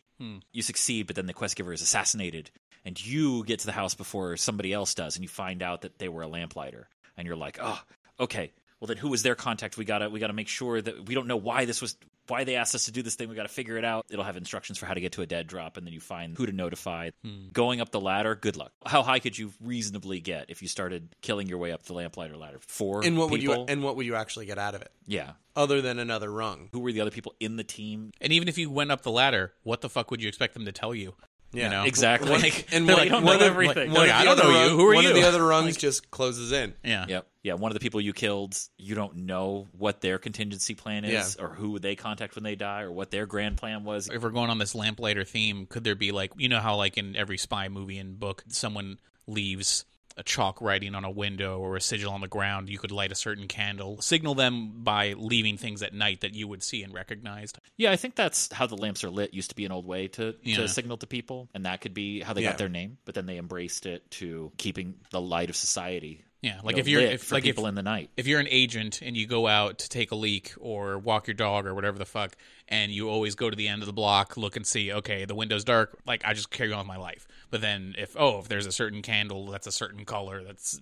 Speaker 1: you succeed, but then the quest giver is assassinated, and you get to the house before somebody else does, and you find out that they were a lamplighter, and you're like, "Oh, okay." Well, then who was their contact? We gotta we gotta make sure that we don't know why this was why they asked us to do this thing. We gotta figure it out. It'll have instructions for how to get to a dead drop, and then you find who to notify.
Speaker 2: Hmm.
Speaker 1: Going up the ladder, good luck. How high could you reasonably get if you started killing your way up the lamplighter ladder? Four
Speaker 2: And what would
Speaker 1: people?
Speaker 2: you and what would you actually get out of it
Speaker 1: yeah.
Speaker 2: other than another rung?
Speaker 1: Who were the other people in the team?
Speaker 3: And even if you went up the ladder, what the fuck would you expect them to tell you?
Speaker 2: Yeah,
Speaker 3: know?
Speaker 1: Exactly.
Speaker 3: Like,
Speaker 2: And
Speaker 1: They're
Speaker 2: one,
Speaker 1: like, I don't
Speaker 2: one
Speaker 1: know
Speaker 2: of-
Speaker 1: everything.
Speaker 2: one
Speaker 3: Like,
Speaker 2: of
Speaker 3: I
Speaker 2: the
Speaker 3: don't
Speaker 2: other
Speaker 3: know you.
Speaker 2: rung-
Speaker 3: Who are
Speaker 2: one of
Speaker 3: you?
Speaker 2: the other rungs just closes in.
Speaker 3: Yeah.
Speaker 1: Yep. Yeah. One of the people you killed, you don't know what their contingency plan is or who they contact when they die or what their grand plan was.
Speaker 3: If we're going on this lamplighter theme, could there be like you know how like in every spy movie and book someone leaves a chalk writing on a window or a sigil on the ground. You could light a certain candle, signal them by leaving things at night that you would see and recognize.
Speaker 1: Yeah, I think that's how the lamps are lit used to be an old way to,
Speaker 3: Yeah.
Speaker 1: to signal to people. And that could be how they
Speaker 2: Yeah.
Speaker 1: got their name, but then they embraced it to keeping the light of society.
Speaker 3: Yeah,
Speaker 1: you
Speaker 3: like
Speaker 1: know,
Speaker 3: if you're
Speaker 1: lit
Speaker 3: if
Speaker 1: for
Speaker 3: like if,
Speaker 1: people in the night.
Speaker 3: if you're an agent and you go out to take a leak or walk your dog or whatever the fuck, and you always go to the end of the block, look and see, okay, the window's dark, like I just carry on with my life. But then if, oh, if there's a certain candle that's a certain color, that's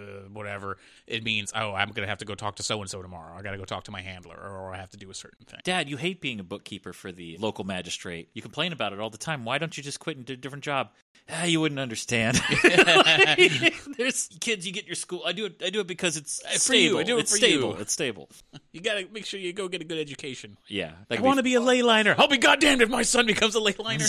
Speaker 3: uh, whatever, it means, oh, I'm going to have to go talk to so and so tomorrow. I got to go talk to my handler or I have to do a certain thing.
Speaker 1: Dad, you hate being a bookkeeper for the local magistrate. You complain about it all the time. Why don't you just quit and do a different job? Ah, you wouldn't understand. Like, there's kids. You get your school. I do it. I do it because it's
Speaker 3: For
Speaker 1: stable.
Speaker 3: you, I do it
Speaker 1: it's
Speaker 3: for
Speaker 1: stable.
Speaker 3: you.
Speaker 1: It's stable.
Speaker 3: You got to make sure you go get a good education.
Speaker 1: Yeah.
Speaker 3: I want to be a ley liner. I'll be goddamned if my son becomes a ley liner.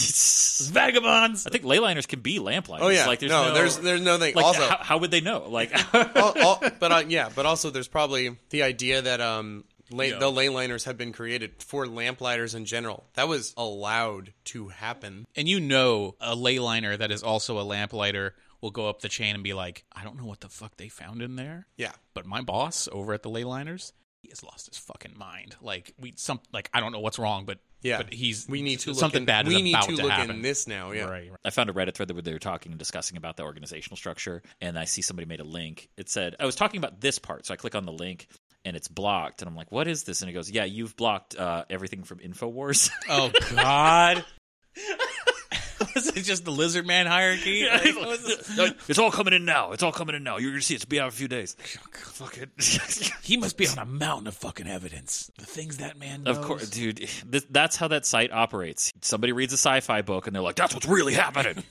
Speaker 3: Vagabonds.
Speaker 1: I think ley liners can be lamplighters.
Speaker 2: Oh yeah,
Speaker 1: Like there's
Speaker 2: no,
Speaker 1: no,
Speaker 2: there's there's no thing.
Speaker 1: like
Speaker 2: also,
Speaker 1: how, how would they know? Like
Speaker 2: all, all, but uh, yeah, but also there's probably the idea that um la-
Speaker 3: Yeah.
Speaker 2: the ley liners have been created for lamplighters in general. That was allowed to happen.
Speaker 3: and you know a ley liner that is also a lamplighter will go up the chain and be like, I don't know what the fuck they found in there,
Speaker 2: Yeah,
Speaker 3: but my boss over at the ley liners, he has lost his fucking mind. Like we some like I don't know what's wrong, but
Speaker 2: yeah.
Speaker 3: but he's
Speaker 2: we need to look
Speaker 3: something
Speaker 2: in,
Speaker 3: bad
Speaker 2: We
Speaker 3: is
Speaker 2: need
Speaker 3: about
Speaker 2: to,
Speaker 3: to,
Speaker 2: look
Speaker 3: happen.
Speaker 2: in this now. Yeah,
Speaker 3: Right, right.
Speaker 1: I found a Reddit thread where they were talking and discussing about the organizational structure, and I see somebody made a link. It said, I was talking about this part, so I click on the link and it's blocked, and I'm like, what is this? And it goes, yeah, you've blocked uh, everything from InfoWars.
Speaker 3: Oh God. Was it just the lizard man hierarchy? Like, what was this?
Speaker 1: it's all coming in now. It's all coming in now. You're going to see it's be out in a few days. Fuck it.
Speaker 3: He must be on a mountain of fucking evidence. The things that man knows.
Speaker 1: Of course, dude. Th- that's how that site operates. Somebody reads a sci-fi book and they're like, "That's what's really happening."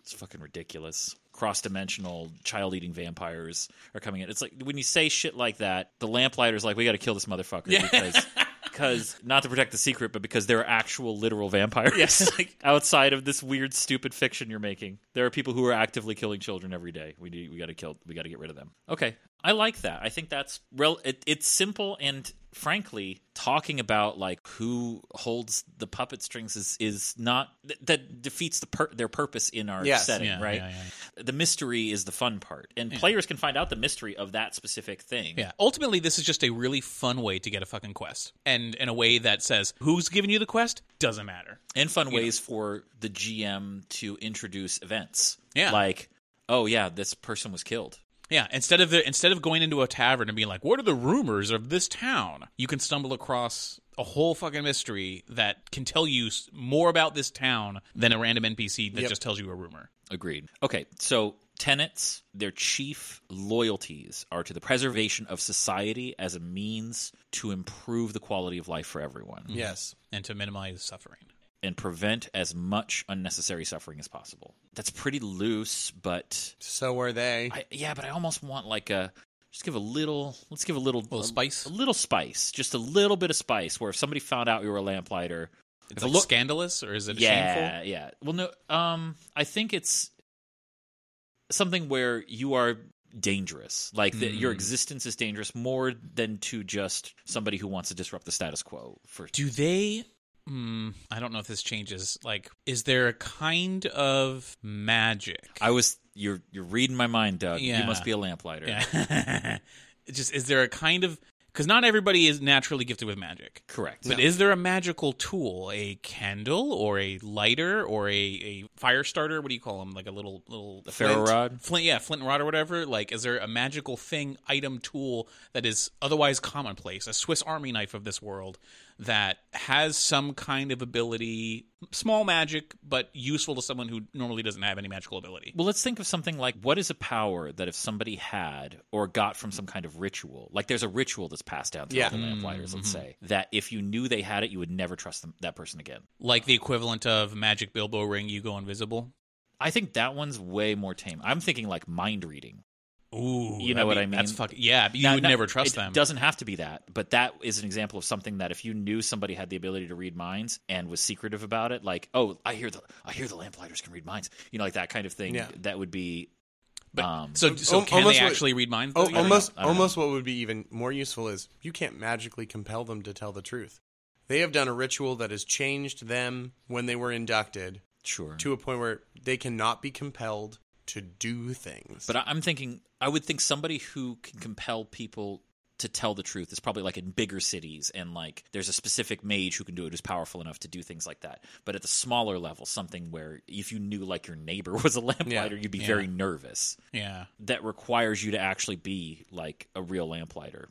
Speaker 1: it's fucking ridiculous. Cross-dimensional child-eating vampires are coming in. It's like when you say shit like that, the lamplighter's like, "We got to kill this motherfucker because." Because not to protect the secret, but because there are actual literal vampires like, outside of this weird, stupid fiction you're making. There are people who are actively killing children every day. We do, we got to kill. We got to get rid of them. Okay, I like that. I think that's rel. It, it's simple and frankly talking about like who holds the puppet strings is is not th- that defeats the pur- their purpose in our
Speaker 2: Yes.
Speaker 1: setting
Speaker 3: Yeah,
Speaker 1: right
Speaker 3: yeah,
Speaker 1: the mystery is the fun part and players can find out the mystery of that specific thing
Speaker 3: Yeah. Ultimately, this is just a really fun way to get a fucking quest. And in a way that says, who's giving you the quest? Doesn't matter.
Speaker 1: and fun ways for the gm to introduce events
Speaker 3: Yeah.
Speaker 1: like oh yeah this person was killed
Speaker 3: Yeah. Instead of the, instead of going into a tavern and being like, what are the rumors of this town? You can stumble across a whole fucking mystery that can tell you s- more about this town than a random NPC that
Speaker 2: Yep.
Speaker 3: just tells you a rumor.
Speaker 1: Agreed. Okay, so tenets, their chief loyalties are to the preservation of society as a means to improve the quality of life for everyone
Speaker 2: yes,
Speaker 3: And to minimize suffering.
Speaker 1: and prevent as much unnecessary suffering as possible. That's pretty loose, but
Speaker 2: so are they.
Speaker 1: I, yeah, but I almost want like a just give a little. Let's give a little,
Speaker 3: little spice?
Speaker 1: a little spice, just a little bit of spice. Where if somebody found out you were a lamplighter,
Speaker 3: It's
Speaker 1: If I
Speaker 3: like
Speaker 1: look-
Speaker 3: scandalous or is it
Speaker 1: yeah,
Speaker 3: shameful?
Speaker 1: yeah. Well, no. Um, I think it's something where you are dangerous, like that your
Speaker 3: Hmm.
Speaker 1: existence is dangerous more than to just somebody who wants to disrupt the status quo. For
Speaker 3: Do they? Mm, I don't know if this changes. Like, is there a kind of magic?
Speaker 1: I was you're you're reading my mind, Doug. You
Speaker 3: Yeah.
Speaker 1: must be a lamplighter.
Speaker 3: Yeah. It just is there a kind of because not everybody is naturally gifted with magic.
Speaker 1: Correct.
Speaker 3: But is there a magical tool, a candle or a lighter or a, a fire starter? What do you call them? Like a little little
Speaker 1: A ferro
Speaker 3: flint?
Speaker 1: rod?
Speaker 3: flint, yeah, flint and rod or whatever. Like, is there a magical thing, item, tool that is otherwise commonplace, a Swiss Army knife of this world that has some kind of ability, small magic, but useful to someone who normally doesn't have any magical ability?
Speaker 1: Well, let's think of something like what is a power that if somebody had or got from some kind of ritual, like there's a ritual that's passed down through
Speaker 2: Yeah.
Speaker 1: the lamplighters,
Speaker 3: Mm-hmm.
Speaker 1: let's say, that if you knew they had it, you would never trust them, that person again.
Speaker 3: like the equivalent of magic bilbo ring you go invisible
Speaker 1: I think that one's way more tame. I'm thinking like mind reading.
Speaker 3: ooh
Speaker 1: You know
Speaker 3: that'd
Speaker 1: what
Speaker 3: be-
Speaker 1: I mean?
Speaker 3: that's fucking yeah but you
Speaker 1: Now,
Speaker 3: would
Speaker 1: not-
Speaker 3: never trust
Speaker 1: it
Speaker 3: them
Speaker 1: Doesn't have to be that, but that is an example of something that if you knew somebody had the ability to read minds and was secretive about it, like oh, I hear the I hear the lamplighters can read minds, you know, like that kind of thing.
Speaker 2: Yeah.
Speaker 1: That would be
Speaker 3: but,
Speaker 1: um,
Speaker 3: so so
Speaker 2: Al-
Speaker 3: can they
Speaker 2: almost what-
Speaker 3: actually read minds though?
Speaker 2: Oh,
Speaker 3: I don't
Speaker 2: almost,
Speaker 1: I don't
Speaker 2: almost what would be even more useful is you can't magically compel them to tell the truth. They have done a ritual that has changed them when they were inducted
Speaker 1: sure.
Speaker 2: to a point where they cannot be compelled to do things.
Speaker 1: But I- I'm thinking, I would think somebody who can compel people to tell the truth is probably like in bigger cities and like there's a specific mage who can do it who's powerful enough to do things like that. But at the smaller level, something where if you knew like your neighbor was a lamplighter, you'd be very nervous.
Speaker 3: Yeah.
Speaker 1: That requires you to actually be like a real lamplighter.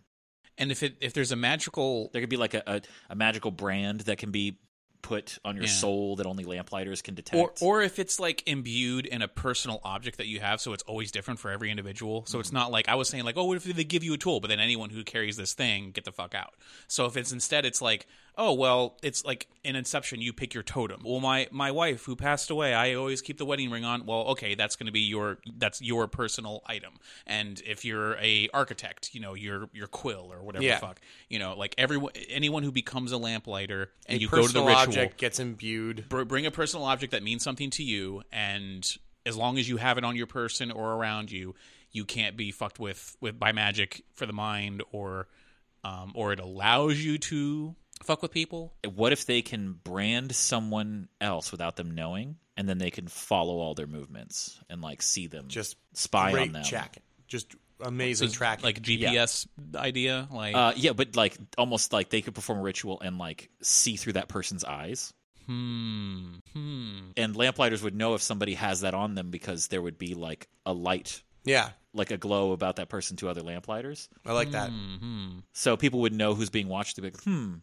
Speaker 3: And if it if there's a magical
Speaker 1: There could be like a, a, a magical brand that can be put on your
Speaker 3: Yeah.
Speaker 1: soul that only lamplighters can
Speaker 3: or,
Speaker 1: detect.
Speaker 3: or if it's like imbued in a personal object that you have, so it's always different for every individual. So
Speaker 2: Mm-hmm.
Speaker 3: it's not like I was saying, like, oh, what if they give you a tool, but then anyone who carries this thing, get the fuck out. So if it's instead, it's like, oh, well, it's like in Inception, you pick your totem. Well, my my wife who passed away, I always keep the wedding ring on. Well, okay, that's going to be your that's your personal item. And if you're a architect, you know your your quill or whatever
Speaker 2: Yeah.
Speaker 3: the fuck, you know, like everyone anyone who becomes a lamplighter and
Speaker 2: a
Speaker 3: you go to the
Speaker 2: personal
Speaker 3: ritual
Speaker 2: object gets imbued.
Speaker 3: br- bring a personal object that means something to you and as long as you have it on your person or around you you can't be fucked with, with by magic for the mind or um, or it allows you to fuck with people
Speaker 1: what if they can brand someone else without them knowing and then they can follow all their movements and like see them
Speaker 2: Just
Speaker 1: spy
Speaker 2: great
Speaker 1: on them
Speaker 2: Tracking. Just amazing tracking.
Speaker 3: like gps idea like
Speaker 1: uh yeah but like almost like they could perform a ritual and like see through that person's eyes
Speaker 3: hmm hmm
Speaker 1: and lamplighters would know if somebody has that on them because there would be like a light
Speaker 2: yeah,
Speaker 1: like a glow about that person to other lamplighters
Speaker 2: I like that.
Speaker 3: hmm
Speaker 1: so people would know who's being watched they'd be like hmm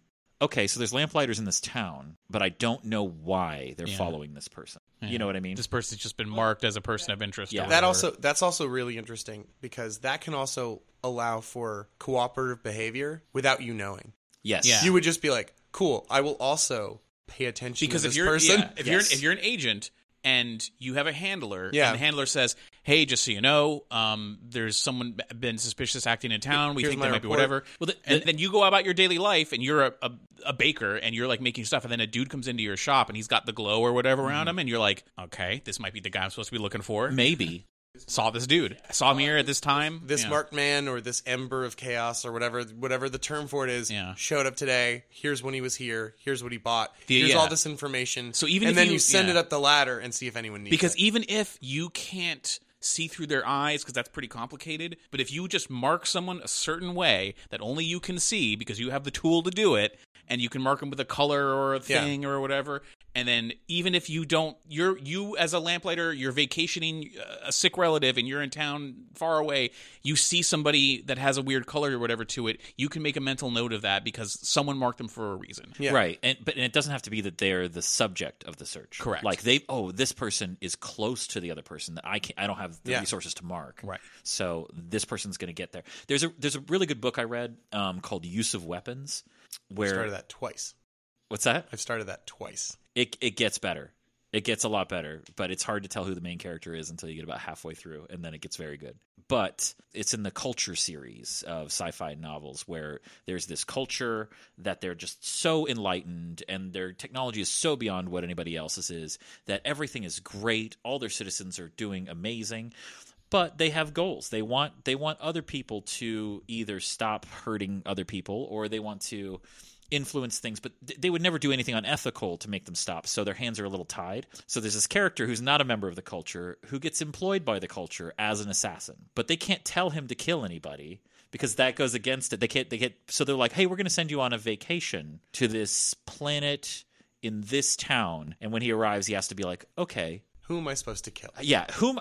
Speaker 1: okay so there's lamplighters in this town but i don't know why they're
Speaker 3: Yeah.
Speaker 1: following this person you know what i mean
Speaker 3: this person's just been marked as a person of interest
Speaker 1: Yeah.
Speaker 3: or
Speaker 2: That
Speaker 3: whatever.
Speaker 2: also that's also really interesting because that can also allow for cooperative behavior without you knowing.
Speaker 1: yes
Speaker 3: Yeah.
Speaker 2: You would just be like, "Cool, I will also pay attention
Speaker 3: because
Speaker 2: to
Speaker 3: if
Speaker 2: this
Speaker 3: you're
Speaker 2: person."
Speaker 3: yeah, if you're
Speaker 1: Yes.
Speaker 3: if you're an agent and you have a handler
Speaker 2: Yeah.
Speaker 3: and the handler says hey just so you know um, there's someone b- been suspicious acting in town we
Speaker 2: Here's
Speaker 3: think
Speaker 2: my
Speaker 3: they might be
Speaker 2: report."
Speaker 3: whatever well and then you go about your daily life and you're a, a, a baker and you're like making stuff and then a dude comes into your shop and he's got the glow or whatever
Speaker 2: Mm-hmm.
Speaker 3: around him and you're like okay this might be the guy i'm supposed to be looking for
Speaker 1: maybe
Speaker 3: saw this dude saw him here at this time
Speaker 2: this
Speaker 3: Yeah.
Speaker 2: marked man or this ember of chaos or whatever whatever the term for it is
Speaker 3: Yeah.
Speaker 2: showed up today. Here's when he was here. Here's what he bought.
Speaker 3: The-
Speaker 2: here's
Speaker 3: yeah.
Speaker 2: all this information.
Speaker 3: So even
Speaker 2: and
Speaker 3: if
Speaker 2: then
Speaker 3: you-
Speaker 2: you send
Speaker 3: yeah.
Speaker 2: it up the ladder and see if anyone needs
Speaker 3: because
Speaker 2: it.
Speaker 3: even if you can't see through their eyes because that's pretty complicated but if you just mark someone a certain way that only you can see because you have the tool to do it and you can mark them with a color or a
Speaker 2: Yeah.
Speaker 3: thing or whatever and then even if you don't you're you as a lamplighter you're vacationing uh, a sick relative and you're in town far away you see somebody that has a weird color or whatever to it you can make a mental note of that because someone marked them for a reason
Speaker 2: Yeah.
Speaker 1: Right. And but and it doesn't have to be that they're the subject of the search.
Speaker 3: Correct.
Speaker 1: Like they oh, this person is close to the other person that I can not I don't have the
Speaker 2: Yeah.
Speaker 1: resources to mark.
Speaker 3: Right.
Speaker 1: So this person's going to get there. There's a there's a really good book I read um, called Use of Weapons
Speaker 2: I've
Speaker 1: where
Speaker 2: started that twice.
Speaker 1: What's that?
Speaker 2: I've started that twice.
Speaker 1: It it gets better. It gets a lot better, but it's hard to tell who the main character is until you get about halfway through, and then it gets very good. But it's in the culture series of sci fi novels where there's this culture that they're just so enlightened and their technology is so beyond what anybody else's is that everything is great. All their citizens are doing amazing. But they have goals. They want they want other people to either stop hurting other people or they want to influence things, but th- they would never do anything unethical to make them stop. So their hands are a little tied. So there's this character who's not a member of the culture who gets employed by the culture as an assassin, but they can't tell him to kill anybody because that goes against it. They can't. They get so they're like, hey, we're going to send you on a vacation to this planet in this town, and when he arrives, he has to be like, okay,
Speaker 2: Who am I supposed to kill?
Speaker 1: yeah whom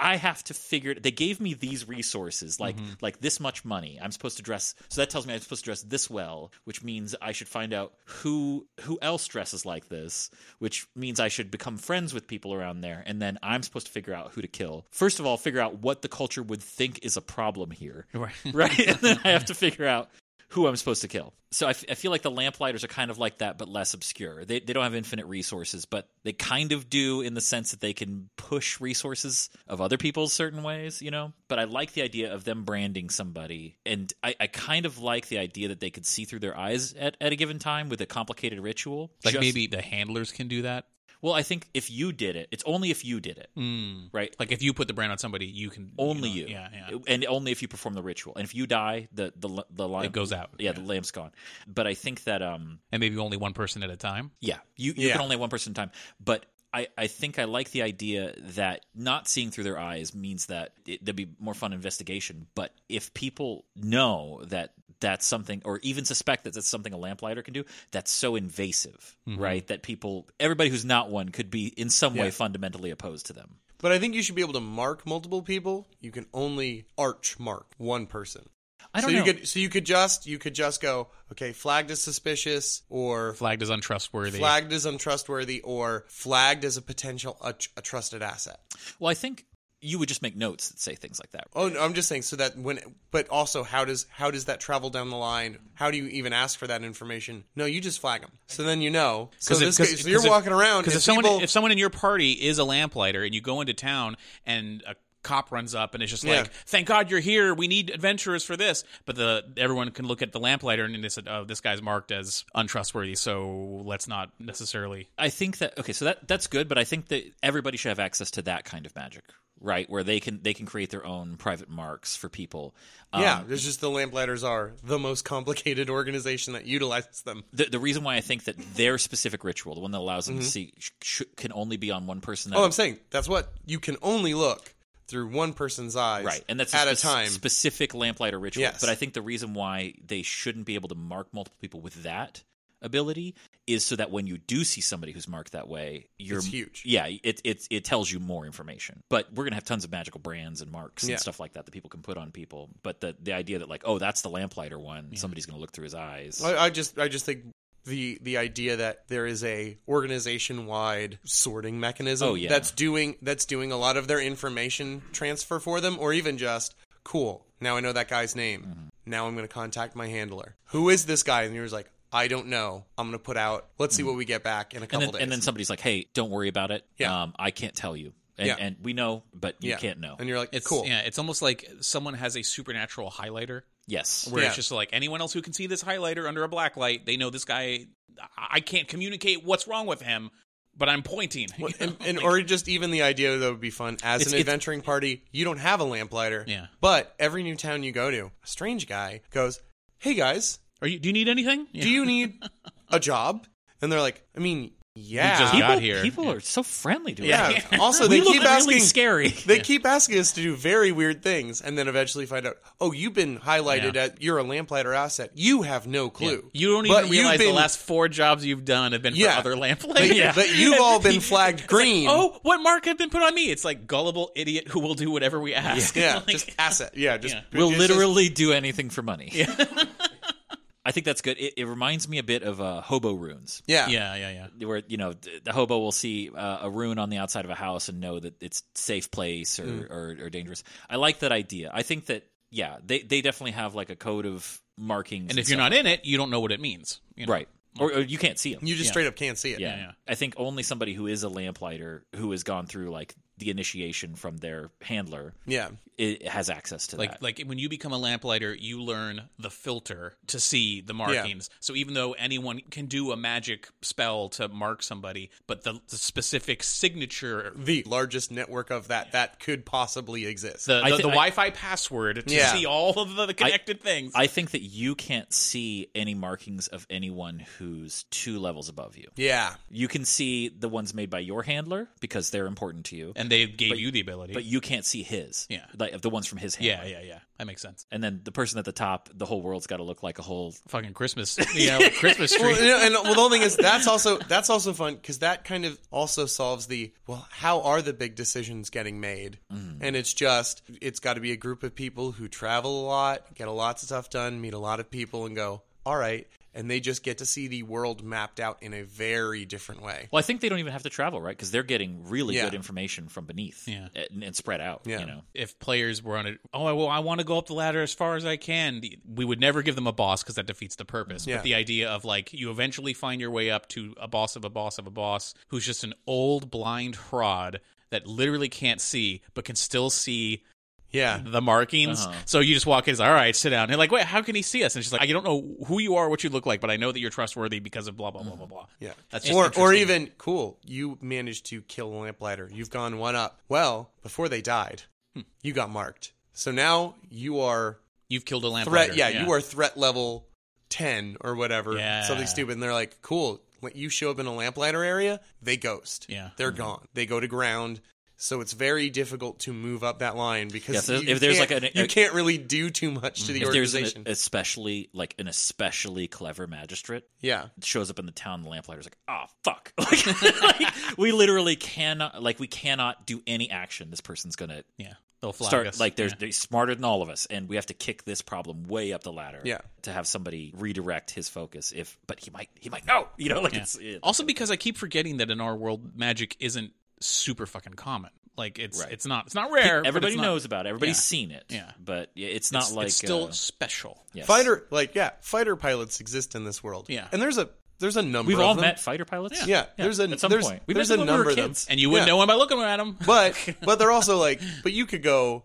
Speaker 1: i have to figure it they gave me these resources like like this much money i'm supposed to dress so that tells me i'm supposed to dress this well which means i should find out who who else dresses like this which means i should become friends with people around there and then i'm supposed to figure out who to kill first of all figure out what the culture would think is a problem here
Speaker 3: right
Speaker 1: right and then i have to figure out who i'm supposed to kill so I, f- I feel like the lamplighters are kind of like that but less obscure they, they don't have infinite resources but they kind of do in the sense that they can push resources of other people's certain ways you know but i like the idea of them branding somebody and i, I kind of like the idea that they could see through their eyes at, at a given time with a complicated ritual
Speaker 3: like
Speaker 1: Just-
Speaker 3: maybe the handlers can do that
Speaker 1: well i think if you did it it's only if you did it
Speaker 3: mm.
Speaker 1: right
Speaker 3: like if you put the brand on somebody you can
Speaker 1: only
Speaker 3: know,
Speaker 1: you,
Speaker 3: yeah yeah
Speaker 1: and only if you perform the ritual. And if you die, the the the lamp
Speaker 3: It goes out.
Speaker 1: Yeah, the
Speaker 3: Yeah.
Speaker 1: lamp's gone. But I think that um,
Speaker 3: and maybe only one person at a time.
Speaker 1: yeah, you you
Speaker 2: Yeah.
Speaker 1: can only have one person at a time. But I, I think I like the idea that not seeing through their eyes means that it, there'd be more fun investigation. But if people know that that's something, or even suspect that that's something a lamplighter can do, that's so invasive,
Speaker 3: Mm-hmm.
Speaker 1: right? That people, everybody who's not one, could be in some way fundamentally opposed to them.
Speaker 2: But I think you should be able to mark multiple people. You can only arch mark one person.
Speaker 1: I don't
Speaker 2: so
Speaker 1: know.
Speaker 2: you could so you could just you could just go okay flagged as suspicious or
Speaker 3: Flagged as untrustworthy.
Speaker 2: flagged as untrustworthy or flagged as a potential a, a trusted asset.
Speaker 1: well, I think you would just make notes that say things like that.
Speaker 2: Oh, no, I'm just saying so that when but also how does how does that travel down the line? How do you even ask for that information? No, you just flag them. So then you know. So
Speaker 3: Because
Speaker 2: this guy, so you're walking around
Speaker 3: Because
Speaker 2: and
Speaker 3: if someone
Speaker 2: people-
Speaker 3: if someone in your party is a lamplighter and you go into town and a cop runs up and it's just like,
Speaker 2: Yeah.
Speaker 3: "Thank God you're here. We need adventurers for this." But the everyone can look at the lamplighter and they said, "Oh, this guy's marked as untrustworthy, so let's not necessarily."
Speaker 1: I think that okay, so that that's good, but I think that everybody should have access to that kind of magic, right? Where they can they can create their own private marks for people. Um,
Speaker 2: yeah, there's just the lamplighters are the most complicated organization that utilizes them.
Speaker 1: The, the reason why I think that their specific ritual, the one that allows them to see, sh- sh- can only be on one person. at
Speaker 2: Mm-hmm. Oh,
Speaker 1: a-
Speaker 2: I'm saying that's what you can only look through one person's eyes,
Speaker 1: right, and that's
Speaker 2: at a
Speaker 1: spec-
Speaker 2: time.
Speaker 1: specific lamplighter ritual.
Speaker 2: Yes.
Speaker 1: But I think the reason why they shouldn't be able to mark multiple people with that ability is so that when you do see somebody who's marked that way, you're
Speaker 2: It's huge.
Speaker 1: Yeah, it it it tells you more information. But we're gonna have tons of magical brands and marks and
Speaker 2: Yeah.
Speaker 1: stuff like that that people can put on people. But the the idea that like oh that's the lamplighter one, somebody's gonna look through his eyes.
Speaker 2: I, I just I just think the the idea that there is a organization wide sorting mechanism
Speaker 1: Oh, yeah.
Speaker 2: that's doing that's doing a lot of their information transfer for them, or even just cool. Now I know that guy's name.
Speaker 1: Mm-hmm.
Speaker 2: Now I'm going to contact my handler. Who is this guy? And he was like, I don't know. I'm going to put out. Let's see what we get back in a
Speaker 1: Mm-hmm. and
Speaker 2: couple
Speaker 1: then,
Speaker 2: days.
Speaker 1: and then somebody's like, "Hey, don't worry about it.
Speaker 2: Yeah.
Speaker 1: Um, I can't tell you, and,
Speaker 2: Yeah.
Speaker 1: and we know, but you
Speaker 2: Yeah.
Speaker 1: can't know."
Speaker 2: and you're like,
Speaker 3: It's
Speaker 2: cool.
Speaker 3: Yeah, it's almost like someone has a supernatural highlighter
Speaker 1: yes,
Speaker 3: where
Speaker 2: Yeah.
Speaker 3: it's just like anyone else who can see this highlighter under a black light, they know this guy. I- I can't communicate what's wrong with him, but I'm pointing.
Speaker 2: Well, and, and or just even the idea that would be fun as
Speaker 1: It's-
Speaker 2: an
Speaker 1: it's-
Speaker 2: adventuring party. You don't have a lamplighter,
Speaker 3: Yeah.
Speaker 2: But every new town you go to, a strange guy goes, "Hey guys,
Speaker 3: Are you? Do you need anything?
Speaker 2: do you need a job?" And they're like, "I mean, yeah,
Speaker 3: just
Speaker 1: people,
Speaker 3: got here.
Speaker 1: people are so friendly to
Speaker 2: yeah."
Speaker 1: us.
Speaker 2: Also,
Speaker 1: we
Speaker 2: they
Speaker 1: look
Speaker 2: keep
Speaker 1: really
Speaker 2: asking
Speaker 1: scary.
Speaker 2: They keep asking us to do very weird things, and then eventually find out, "Oh, you've been highlighted
Speaker 3: Yeah.
Speaker 2: at. You're a lamplighter asset. You have no clue.
Speaker 3: You don't
Speaker 2: But
Speaker 3: even
Speaker 2: you've
Speaker 3: realize the
Speaker 2: been-
Speaker 3: last four jobs you've done have been
Speaker 2: Yeah.
Speaker 3: for other
Speaker 2: But,
Speaker 3: lamplighters.
Speaker 1: Yeah.
Speaker 2: but you've all been flagged green.
Speaker 3: Oh, what mark have been put on me? It's like gullible idiot who will do whatever we ask.
Speaker 2: yeah,
Speaker 3: Like-
Speaker 2: just asset. Yeah, just
Speaker 3: Yeah.
Speaker 1: We'll
Speaker 2: it's just-
Speaker 1: literally do anything for money. I think that's good. It, it reminds me a bit of uh, hobo runes,
Speaker 2: yeah,
Speaker 3: yeah, yeah, yeah.
Speaker 1: where you know th- the hobo will see uh, a rune on the outside of a house and know that it's safe place or,
Speaker 3: Hmm.
Speaker 1: or, or dangerous. I like that idea. I think that yeah, they they definitely have like a code of markings.
Speaker 3: And if you're
Speaker 1: stuff.
Speaker 3: not in it, you don't know what it means. you know?
Speaker 1: right, or, or you can't see them.
Speaker 2: You just straight up can't see it.
Speaker 1: yeah. I think only somebody who is a lamplighter who has gone through like the initiation from their handler
Speaker 2: yeah.
Speaker 1: i has access to
Speaker 3: Like,
Speaker 1: that.
Speaker 3: like when you become a lamplighter, you learn the filter to see the markings. So even though anyone can do a magic spell to mark somebody, but the, the specific signature,
Speaker 2: the largest network of that that could possibly exist.
Speaker 3: the, the,
Speaker 1: I thi-
Speaker 3: the
Speaker 1: I-
Speaker 3: Wi-Fi password to
Speaker 2: Yeah.
Speaker 3: see all of the connected things.
Speaker 1: I think that you can't see any markings of anyone who's two levels above you.
Speaker 2: yeah.
Speaker 1: You can see the ones made by your handler because they're important to you,
Speaker 3: and they gave you the ability.
Speaker 1: but you can't see his.
Speaker 3: Yeah.
Speaker 1: like the ones from his handler.
Speaker 3: yeah, yeah, yeah. That makes sense.
Speaker 1: And then the person at the top, the whole world's got to look like a whole.
Speaker 3: fucking Christmas, you know, Christmas tree.
Speaker 2: Well, you know, and well, the only thing is that's also that's also fun because that kind of also solves the well, how are the big decisions getting made?
Speaker 3: Mm.
Speaker 2: And it's just it's got to be a group of people who travel a lot, get a lot of stuff done, meet a lot of people, and go all right. And they just get to see the world mapped out in a very different way.
Speaker 1: Well, I think they don't even have to travel, right? Because they're getting really
Speaker 2: Yeah.
Speaker 1: good information from beneath
Speaker 3: Yeah.
Speaker 1: and, and spread out.
Speaker 2: Yeah.
Speaker 1: You know,
Speaker 3: if players were on it, oh, well, I want to go up the ladder as far as I can. We would never give them a boss because that defeats the purpose.
Speaker 2: Yeah.
Speaker 3: But the idea of like you eventually find your way up to a boss of a boss of a boss who's just an old blind fraud that literally can't see but can still see
Speaker 2: Yeah,
Speaker 3: the markings.
Speaker 1: Uh-huh.
Speaker 3: So you just walk in, it's like, all right, sit down. And you're like, wait, how can he see us? And she's like, I don't know who you are, what you look like, but I know that you're trustworthy because of blah blah
Speaker 1: Uh-huh.
Speaker 3: blah blah blah.
Speaker 2: Yeah.
Speaker 3: That's just
Speaker 2: or or
Speaker 3: interesting.
Speaker 2: even cool, you managed to kill a lamplighter. You've gone one up. Well, before they died,
Speaker 3: Hmm.
Speaker 2: you got marked. So now you are
Speaker 3: You've killed a lamp.
Speaker 2: threat yeah, you are threat level 10 or whatever.
Speaker 3: Yeah.
Speaker 2: Something stupid and they're like, "Cool, when you show up in a lamplighter area, they ghost.
Speaker 3: Yeah.
Speaker 2: They're
Speaker 1: Mm-hmm.
Speaker 2: gone. They go to ground. So it's very difficult to move up that line because
Speaker 1: Yeah, so
Speaker 2: you
Speaker 1: if there's
Speaker 2: can't-
Speaker 1: like an- uh, Mm-hmm.
Speaker 2: you can't really do too much to the
Speaker 1: if there's an uh,
Speaker 2: organization.
Speaker 1: especially like an especially clever magistrate
Speaker 2: yeah.
Speaker 1: shows up in the town, the lamplighter's like, "Ah, fuck!" Like, like, we literally cannot, like, we cannot do any action. This person's gonna
Speaker 3: Yeah, they'll flag
Speaker 1: start
Speaker 3: us.
Speaker 1: like they're,
Speaker 3: Yeah.
Speaker 1: they're smarter than all of us, and we have to kick this problem way up the ladder.
Speaker 2: Yeah.
Speaker 1: to have somebody redirect his focus. If but he might, he might know. You know, like
Speaker 3: Yeah.
Speaker 1: it's it-
Speaker 3: also because I keep forgetting that in our world, magic isn't super fucking common. Like it's
Speaker 1: Right.
Speaker 3: it's not it's not rare. but
Speaker 1: everybody
Speaker 3: it's not-
Speaker 1: knows about it. Everybody's
Speaker 3: Yeah.
Speaker 1: seen it.
Speaker 3: Yeah.
Speaker 1: but yeah, it's not
Speaker 3: It's,
Speaker 1: like
Speaker 3: it's still
Speaker 1: uh,
Speaker 3: special.
Speaker 1: yes.
Speaker 2: Fighter like yeah, fighter pilots exist in this world.
Speaker 3: Yeah.
Speaker 2: And there's a there's a number
Speaker 1: We've
Speaker 2: of
Speaker 1: all
Speaker 2: them.
Speaker 1: met fighter pilots.
Speaker 2: Yeah, there's a
Speaker 1: at some
Speaker 2: there's,
Speaker 1: point. We met
Speaker 2: there's
Speaker 1: them
Speaker 2: a
Speaker 1: when we were
Speaker 2: number of them.
Speaker 1: kids.
Speaker 3: And you wouldn't
Speaker 2: Yeah.
Speaker 3: know him by looking at him.
Speaker 2: but but they're also like but you could go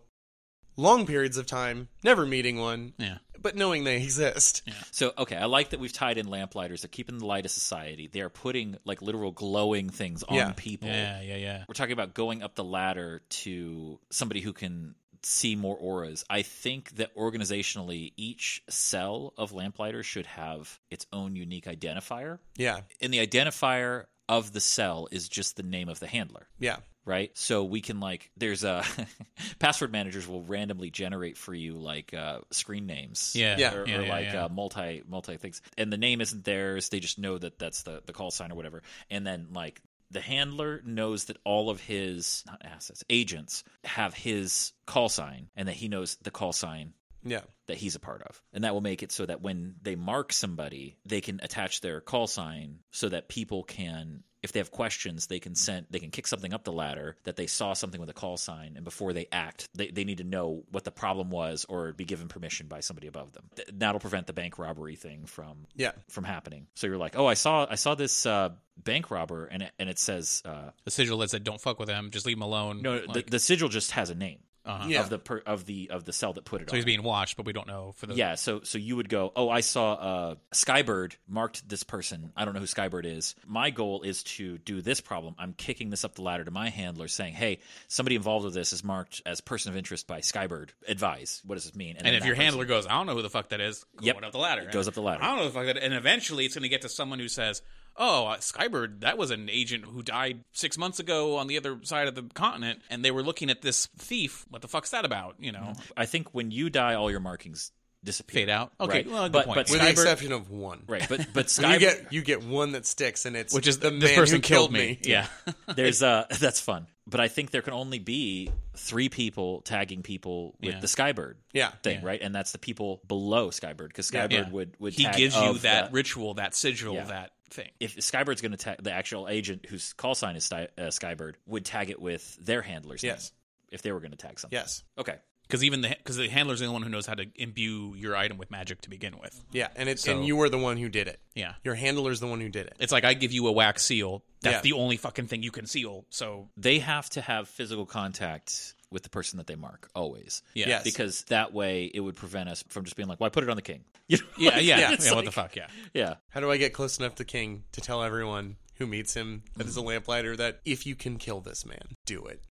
Speaker 2: long periods of time never meeting one
Speaker 3: yeah,
Speaker 2: but knowing they exist
Speaker 1: So okay, I like that we've tied in lamplighters. They're keeping the light of society. They are putting like literal glowing things on
Speaker 2: Yeah.
Speaker 1: people.
Speaker 3: yeah, yeah, yeah.
Speaker 1: We're talking about going up the ladder to somebody who can see more auras. I think that organizationally, each cell of lamplighter should have its own unique identifier,
Speaker 2: yeah
Speaker 1: and the identifier of the cell is just the name of the handler
Speaker 2: yeah
Speaker 1: right? So we can like there's a password managers will randomly generate for you like uh, screen names,
Speaker 3: Yeah.
Speaker 2: Yeah.
Speaker 1: or,
Speaker 3: Yeah,
Speaker 1: or
Speaker 3: yeah,
Speaker 1: like
Speaker 3: yeah.
Speaker 1: Uh, multi multi things, and the name isn't theirs. They just know that that's the the call sign or whatever, and then like. The handler knows that all of his not assets agents have his call sign, and that he knows the call sign
Speaker 2: yeah
Speaker 1: that he's a part of. And that will make it so that when they mark somebody, they can attach their call sign so that people can if they have questions, they can send they can kick something up the ladder that they saw something with a call sign and before they act, they, they need to know what the problem was or be given permission by somebody above them. Th- that'll prevent the bank robbery thing from
Speaker 2: yeah
Speaker 1: from happening. So you're like, "Oh, I saw I saw this uh, bank robber and it, and it says uh,
Speaker 3: The sigil that said, "Don't fuck with him. Just leave him alone."
Speaker 1: no
Speaker 3: Like,
Speaker 1: the, the sigil just has a name
Speaker 3: uh-huh.
Speaker 2: Yeah.
Speaker 1: of the per, of the of the cell that put it
Speaker 3: So
Speaker 1: on.
Speaker 3: he's being watched, but we don't know for the
Speaker 1: Yeah, so so you would go, oh, I saw uh, Skybird marked this person. I don't know who Skybird is. My goal is to do this problem. I'm kicking this up the ladder to my handler, saying, hey, somebody involved with this is marked as person of interest by Skybird. Advise. What does this mean?
Speaker 3: And
Speaker 1: then
Speaker 3: if
Speaker 1: that
Speaker 3: your
Speaker 1: person-
Speaker 3: handler goes, I don't know who the fuck that is, going
Speaker 1: Yep.
Speaker 3: up the ladder.
Speaker 1: It goes up the ladder.
Speaker 3: I don't know who the fuck that And eventually it's going to get to someone who says, Oh, uh, Skybird, that was an agent who died six months ago on the other side of the continent, and they were looking at this thief. What the fuck's that about? You know,
Speaker 1: I think when you die, all your markings disappear.
Speaker 3: fade out. Okay,
Speaker 1: Mm-hmm. Right.
Speaker 3: well, good
Speaker 1: But-
Speaker 3: point.
Speaker 1: but
Speaker 2: with
Speaker 1: Skybird-
Speaker 2: the exception of one
Speaker 1: Right, but but
Speaker 2: you
Speaker 1: Skybird.
Speaker 2: get you get one that sticks and it's
Speaker 3: Which is
Speaker 2: the
Speaker 3: this
Speaker 2: man
Speaker 3: person
Speaker 2: who
Speaker 3: killed me. Yeah.
Speaker 1: There's uh that's fun. But I think there can only be three people tagging people with
Speaker 3: Yeah.
Speaker 1: the Skybird
Speaker 2: Yeah.
Speaker 1: thing, right? And that's the people below Skybird because Skybird
Speaker 3: Yeah.
Speaker 1: would would
Speaker 3: he
Speaker 1: tag
Speaker 3: gives you
Speaker 1: of
Speaker 3: that
Speaker 1: the-
Speaker 3: ritual, that sigil,
Speaker 1: Yeah.
Speaker 3: that thing.
Speaker 1: if Skybird's going to tag the actual agent whose call sign is Sky, uh, Skybird would tag it with their handler's name
Speaker 2: Yes.
Speaker 1: if they were going to tag something.
Speaker 2: yes
Speaker 1: Okay.
Speaker 3: Because even the because the handler's the only one who knows how to imbue your item with magic to begin with.
Speaker 2: yeah and it's
Speaker 3: So-
Speaker 2: and you were the one who did it
Speaker 3: Yeah.
Speaker 2: your handler's the one who did it
Speaker 3: It's like I give you a wax seal. That's
Speaker 2: Yeah.
Speaker 3: the only fucking thing you can seal. So
Speaker 1: They have to have physical contact with the person that they mark always.
Speaker 3: yeah,
Speaker 2: Yes.
Speaker 1: Because that way it would prevent us from just being like, "Well, I put it on the king." You know,
Speaker 3: yeah,
Speaker 1: like,
Speaker 3: yeah. yeah.
Speaker 1: it's
Speaker 3: what the
Speaker 1: like-
Speaker 3: fuck? Yeah.
Speaker 1: Yeah.
Speaker 2: how do i get close enough to king to tell everyone who meets him that
Speaker 3: Mm-hmm.
Speaker 2: is a lamplighter that if you can kill this man do it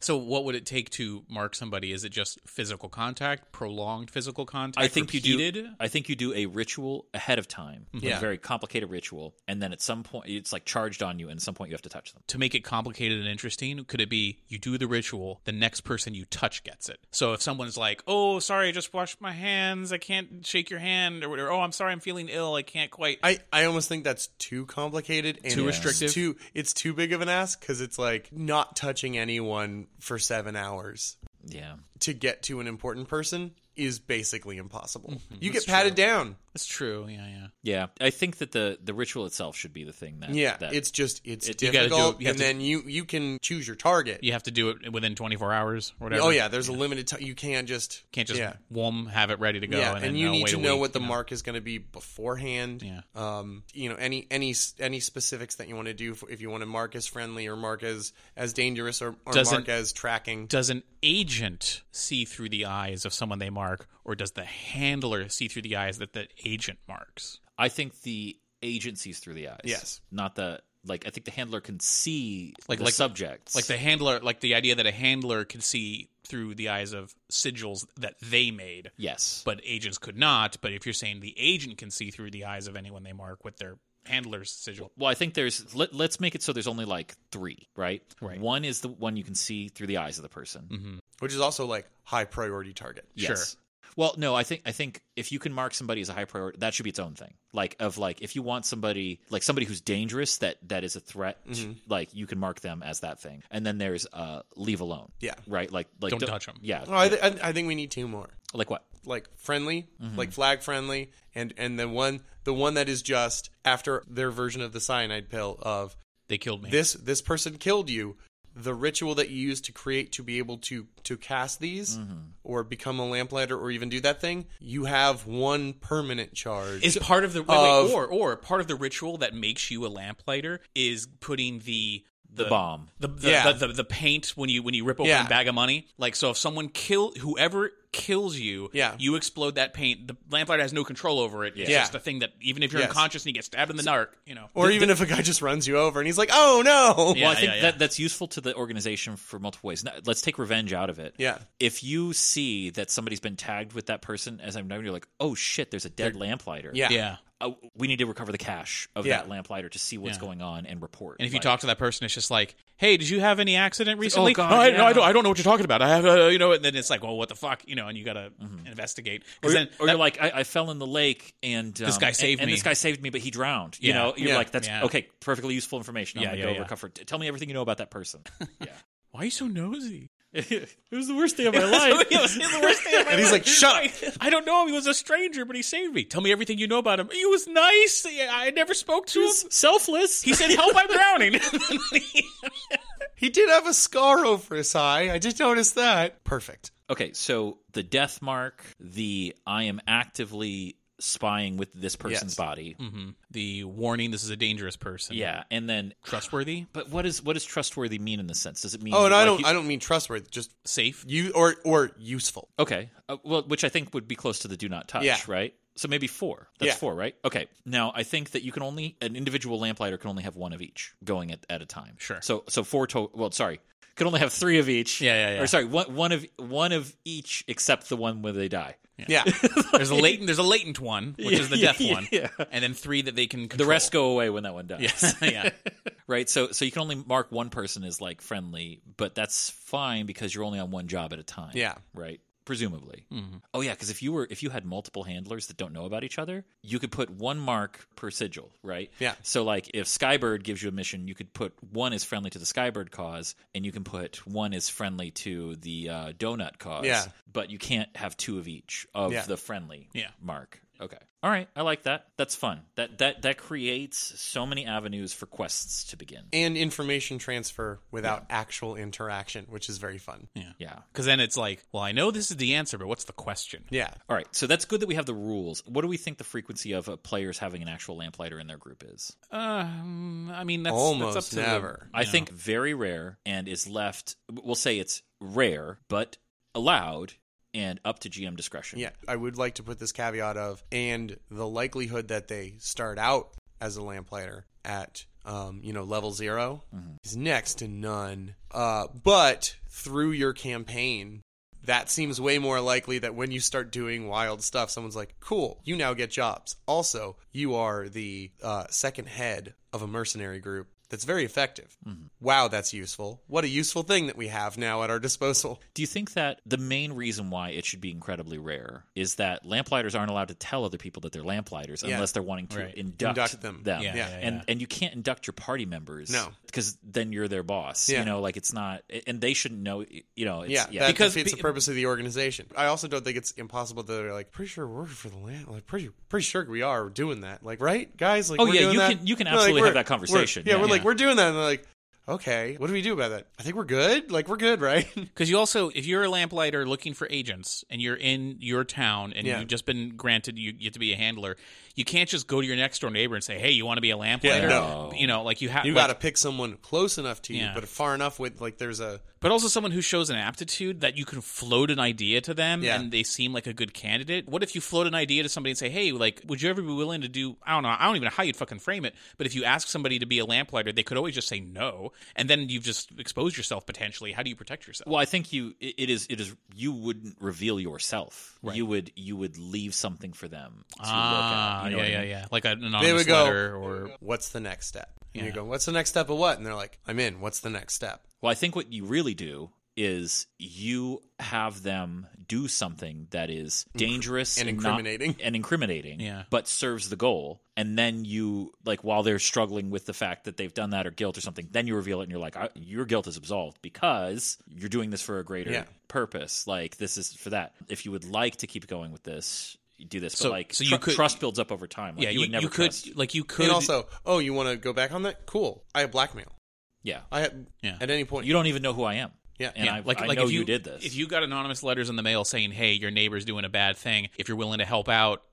Speaker 3: So, what would it take to mark somebody? Is it just physical contact, prolonged physical contact?
Speaker 1: I think
Speaker 3: repeated?
Speaker 1: you do. I think you do a ritual ahead of time,
Speaker 2: Mm-hmm. Yeah.
Speaker 1: a very complicated ritual, and then at some point it's like charged on you, and at some point you have to touch them.
Speaker 3: to make it complicated and interesting. Could it be you do the ritual, the next person you touch gets it? So if someone's like, "Oh, sorry, I just washed my hands. I can't shake your hand," or whatever. "Oh, I'm sorry, I'm feeling ill. I can't quite."
Speaker 2: I, I almost think that's too complicated and
Speaker 3: Too
Speaker 2: it's
Speaker 3: restrictive?
Speaker 2: Too it's too big of an ask because it's like not touching anyone for seven hours
Speaker 1: Yeah.
Speaker 2: to get to an important person is basically impossible.
Speaker 3: Mm-hmm.
Speaker 2: You get patted down.
Speaker 3: That's true. Yeah, yeah.
Speaker 1: Yeah. I think that the the ritual itself should be the thing that
Speaker 2: Yeah,
Speaker 1: that
Speaker 2: it's just it's
Speaker 3: It- you gotta do
Speaker 2: difficult,
Speaker 3: it- you have
Speaker 2: and
Speaker 3: to-
Speaker 2: then you you can choose your target.
Speaker 3: You have to do it within 24 hours, or whatever.
Speaker 2: Oh yeah, there's a limited time. You can't just
Speaker 3: Can't just
Speaker 2: yeah.
Speaker 3: wom have it ready to go.
Speaker 2: Yeah,
Speaker 3: and,
Speaker 2: and,
Speaker 3: then,
Speaker 2: you
Speaker 3: uh,
Speaker 2: need
Speaker 3: wait
Speaker 2: to
Speaker 3: a
Speaker 2: know
Speaker 3: week,
Speaker 2: what the
Speaker 3: you
Speaker 2: mark is going to be beforehand.
Speaker 3: Yeah.
Speaker 2: Um, you know, any any s- any specifics that you want to do for, if you want to mark as friendly or mark as as dangerous or, or
Speaker 3: Doesn't-
Speaker 2: mark as tracking.
Speaker 3: Does an agent see through the eyes of someone they mark, or does the handler see through the eyes that the agent marks?
Speaker 1: I think the agencies through the eyes.
Speaker 2: Yes.
Speaker 1: Not the like I think the handler can see
Speaker 3: Like-
Speaker 1: like, the
Speaker 3: like-
Speaker 1: subjects.
Speaker 3: like the handler like the idea that a handler could see through the eyes of sigils that they made
Speaker 1: Yes.
Speaker 3: but agents could not but if you're saying the agent can see through the eyes of anyone they mark with their handler's sigil.
Speaker 1: Well, I think there's let, let's make it so there's only like three, right?
Speaker 3: Right.
Speaker 1: One is the one you can see through the eyes of the person.
Speaker 3: Mm-hmm.
Speaker 2: which is also like high priority target.
Speaker 1: Yes. Well, no, I think I think if you can mark somebody as a high priority, that should be its own thing. Like of like if you want somebody like somebody who's dangerous that that is a threat, to-
Speaker 3: Mm-hmm.
Speaker 1: like you can mark them as that thing. And then there's uh leave alone.
Speaker 2: Yeah.
Speaker 1: Right? Like like
Speaker 3: Don't touch 'em. Oh.
Speaker 1: Yeah.
Speaker 2: No, I, th- I I think we need two more,
Speaker 1: Like what?
Speaker 2: like friendly, like flag friendly, and and the one the one that is just after their version of the cyanide pill of
Speaker 3: They killed me.
Speaker 2: this this person killed you. The ritual that you use to create to be able to to cast these or become a lamplighter or even do that thing, you have one permanent charge.
Speaker 3: is part of the wait,
Speaker 2: Of-
Speaker 3: wait, or or part of the ritual that makes you a lamplighter is putting the
Speaker 1: The bomb.
Speaker 3: the the,
Speaker 2: Yeah.
Speaker 3: the, the, the paint when you when you rip open
Speaker 2: Yeah.
Speaker 3: a bag of money. Like so, if someone kill whoever kills you,
Speaker 2: Yeah.
Speaker 3: you explode that paint. The lamplighter has no control over it. It's
Speaker 2: Yeah.
Speaker 3: just a thing that even if you're
Speaker 2: Yes.
Speaker 3: unconscious and you get stabbed in the dark, you know.
Speaker 2: or even if a guy just runs you over and he's like, "Oh no!"
Speaker 3: Yeah,
Speaker 1: well, I think
Speaker 3: yeah, yeah.
Speaker 1: that that's useful to the organization for multiple ways. Now, let's take revenge out of it.
Speaker 2: Yeah.
Speaker 1: If you see that somebody's been tagged with that person as I'm known, you're like, oh shit, there's a dead lamplighter.
Speaker 2: Yeah.
Speaker 3: yeah.
Speaker 1: Uh, we need to recover the cash of
Speaker 2: Yeah.
Speaker 1: that lamplighter to see what's
Speaker 3: Yeah.
Speaker 1: going on and report.
Speaker 3: And if you
Speaker 1: Like-
Speaker 3: talk to that person, it's just like, "Hey, did you have any accident recently?"
Speaker 1: God,
Speaker 3: "No, I, no,
Speaker 1: yeah."
Speaker 3: I don't. I don't know what you're talking about. I have, uh, you know. And then it's like, "Well, what the fuck?" You know, and you gotta
Speaker 2: Mm-hmm.
Speaker 3: investigate.
Speaker 1: or,
Speaker 3: 'Cause then
Speaker 1: or
Speaker 3: that-
Speaker 1: you're like, I, I fell in the lake and um,
Speaker 3: This guy
Speaker 1: and-
Speaker 3: saved
Speaker 1: and
Speaker 3: me.
Speaker 1: this guy saved me, but he drowned. You
Speaker 3: Yeah.
Speaker 1: know, you're
Speaker 2: Yeah.
Speaker 1: like, that's
Speaker 3: Yeah.
Speaker 1: okay, perfectly useful information. I'm
Speaker 3: Yeah,
Speaker 1: gonna
Speaker 3: yeah,
Speaker 1: go
Speaker 3: yeah.
Speaker 1: recover. T- tell me everything you know about that person. yeah,
Speaker 3: "Why are you so nosy?"
Speaker 1: it was the worst day of my life.
Speaker 3: It was the worst day of my
Speaker 2: And he's like,
Speaker 3: life.
Speaker 2: "Shut
Speaker 3: I, I don't know him. He was a stranger, but he saved me. Tell me everything you know about him. He was nice. I I never spoke
Speaker 1: He
Speaker 3: to him.
Speaker 1: was selfless.
Speaker 3: He said, "Help! I'm drowning."
Speaker 2: He did have a scar over his eye. I just noticed that. Perfect.
Speaker 1: Okay, so the death mark, the I am actively spying with this person's
Speaker 2: Yes.
Speaker 1: body.
Speaker 3: the warning: This is a dangerous person.
Speaker 1: Yeah, and then
Speaker 3: trustworthy,
Speaker 1: but what is what does trustworthy mean in this sense? Does it mean
Speaker 2: Oh, and I
Speaker 1: like,
Speaker 2: don't
Speaker 1: you-
Speaker 2: I don't mean trustworthy. Just
Speaker 3: safe.
Speaker 2: you or or useful.
Speaker 1: Okay. Uh, well, which I think would be close to the do not touch,
Speaker 2: Yeah.
Speaker 1: right? So maybe four. That's
Speaker 2: Yeah.
Speaker 1: four, right? Okay. Now I think that you can only an individual lamplighter can only have one of each going at, at a time.
Speaker 3: Sure.
Speaker 1: So so four to well, sorry, can only have three of each.
Speaker 3: Yeah, yeah, yeah.
Speaker 1: Or sorry, one one of one of each except the one where they die.
Speaker 2: Yeah.
Speaker 3: There's a latent. There's a latent one, which is the
Speaker 1: Yeah,
Speaker 3: death
Speaker 1: yeah,
Speaker 3: one,
Speaker 1: yeah.
Speaker 3: and then three that they can. Control.
Speaker 1: The rest go away when that one dies.
Speaker 3: Yes. yeah.
Speaker 1: right? So so you can only mark one person as like friendly, but that's fine because you're only on one job at a time.
Speaker 2: Yeah.
Speaker 1: Right? Presumably. Oh yeah, because if you were if you had multiple handlers that don't know about each other, you could put one mark per sigil, right?
Speaker 2: Yeah.
Speaker 1: So like if Skybird gives you a mission, you could put one as friendly to the Skybird cause, and you can put one as friendly to the uh, donut cause.
Speaker 2: Yeah.
Speaker 1: But you can't have two of each of
Speaker 2: Yeah.
Speaker 1: the friendly
Speaker 3: Yeah.
Speaker 1: mark. Okay. All right. I like that. That's fun. That that that creates so many avenues for quests to begin.
Speaker 2: and information transfer without actual interaction, which is very fun. Yeah.
Speaker 1: Yeah.
Speaker 3: Because then it's like, well, I know this is the answer, but what's the question?
Speaker 1: All right. So that's good that we have the rules. What do we think the frequency of uh, players having an actual lamplighter in their group is?
Speaker 3: Um, I mean, that's
Speaker 2: Almost
Speaker 3: that's up to
Speaker 2: never.
Speaker 1: I think very rare and is left, we'll say it's rare, but allowed and up to GM discretion.
Speaker 2: Yeah. I would like to put this caveat of and the likelihood that they start out as a lamplighter at um, you know, level 0 is next to none. Uh, but through your campaign, that seems way more likely that when you start doing wild stuff, someone's like, cool, you now get jobs. Also, you are the uh, second head of a mercenary group that's very effective. Wow, that's useful. What a useful thing that we have now at our disposal.
Speaker 1: Do you think that the main reason why it should be incredibly rare is that lamplighters aren't allowed to tell other people that they're lamplighters
Speaker 2: Yeah.
Speaker 1: unless they're wanting to
Speaker 3: Right.
Speaker 1: induct,
Speaker 2: Induct them.
Speaker 3: Yeah,
Speaker 2: Yeah.
Speaker 3: yeah,
Speaker 1: and
Speaker 3: yeah.
Speaker 1: and you can't induct your party members.
Speaker 2: No.
Speaker 1: because then you're their boss.
Speaker 2: Yeah.
Speaker 1: You know, like it's not, and they shouldn't know. You know, it's,
Speaker 2: yeah,
Speaker 1: yeah.
Speaker 2: that
Speaker 3: Because
Speaker 2: defeats
Speaker 3: be-
Speaker 2: the purpose of the organization. I also don't think it's impossible that they're like, pretty sure we're for the land. Like, pretty, pretty sure we are doing that. Like, right, guys? Like,
Speaker 1: Oh,
Speaker 2: we're
Speaker 1: yeah,
Speaker 2: doing
Speaker 1: you
Speaker 2: that?
Speaker 1: can- you can
Speaker 2: No,
Speaker 1: absolutely have
Speaker 2: we're-
Speaker 1: that conversation.
Speaker 2: We're, yeah,
Speaker 1: Yeah.
Speaker 2: we're like,
Speaker 3: Yeah.
Speaker 2: we're doing that, and they're like, okay, what do we do about that? I think we're good. Like, we're good, right?
Speaker 3: Because you also, if you're a lamplighter looking for agents and you're in your town and
Speaker 2: Yeah.
Speaker 3: you've just been granted you, you have to be a handler, you can't just go to your next door neighbor and say, "Hey, you want to be a lamplighter?"
Speaker 2: no.
Speaker 3: You know, like you have.
Speaker 2: You
Speaker 3: like,
Speaker 2: got to pick someone close enough to you,
Speaker 3: Yeah.
Speaker 2: but far enough with like there's a
Speaker 3: but also someone who shows an aptitude that you can float an idea to them
Speaker 2: Yeah.
Speaker 3: and they seem like a good candidate. What if you float an idea to somebody and say, "Hey, like, would you ever be willing to do? I don't know. I don't even know how you'd fucking frame it. But if you ask somebody to be a lamplighter, they could always just say no. and then you've just exposed yourself potentially. How do you protect yourself?
Speaker 1: Well, I think you it it is it is you wouldn't reveal yourself.
Speaker 3: Right.
Speaker 1: You would you would leave something for them to
Speaker 3: ah,
Speaker 1: look at. You know
Speaker 3: yeah,
Speaker 1: what I
Speaker 3: yeah,
Speaker 1: mean?
Speaker 3: yeah. Like an anonymous
Speaker 2: They would go,
Speaker 3: letter or
Speaker 2: what's the next step? And you
Speaker 3: Yeah.
Speaker 2: go, what's the next step of what? And they're like, I'm in. What's the next step?
Speaker 1: Well, I think what you really do is you have them do something that is dangerous
Speaker 2: and
Speaker 1: not-
Speaker 2: incriminating.
Speaker 1: and incriminating,
Speaker 3: Yeah.
Speaker 1: but serves the goal. And then you like while they're struggling with the fact that they've done that or guilt or something, then you reveal it and you're like, I, your guilt is absolved because you're doing this for a greater
Speaker 2: Yeah.
Speaker 1: purpose. Like this is for that. If you would like to keep going with this, you do this.
Speaker 3: So-
Speaker 1: but like
Speaker 3: so you
Speaker 1: tru-
Speaker 3: could-
Speaker 1: trust builds up over time. Like,
Speaker 3: yeah,
Speaker 1: you, would never
Speaker 3: could
Speaker 1: trust-
Speaker 3: like you could
Speaker 2: and also, oh, you want to go back on that? Cool. I have blackmail.
Speaker 1: yeah.
Speaker 2: I have,
Speaker 3: Yeah.
Speaker 2: at any point.
Speaker 1: You don't even know who I am.
Speaker 2: Yeah.
Speaker 1: and
Speaker 3: yeah,
Speaker 1: I,
Speaker 3: like
Speaker 1: I
Speaker 3: like
Speaker 1: know
Speaker 3: if
Speaker 1: you did this.
Speaker 3: If you got anonymous letters in the mail saying, "Hey, your neighbor's doing a bad thing. If you're willing to help out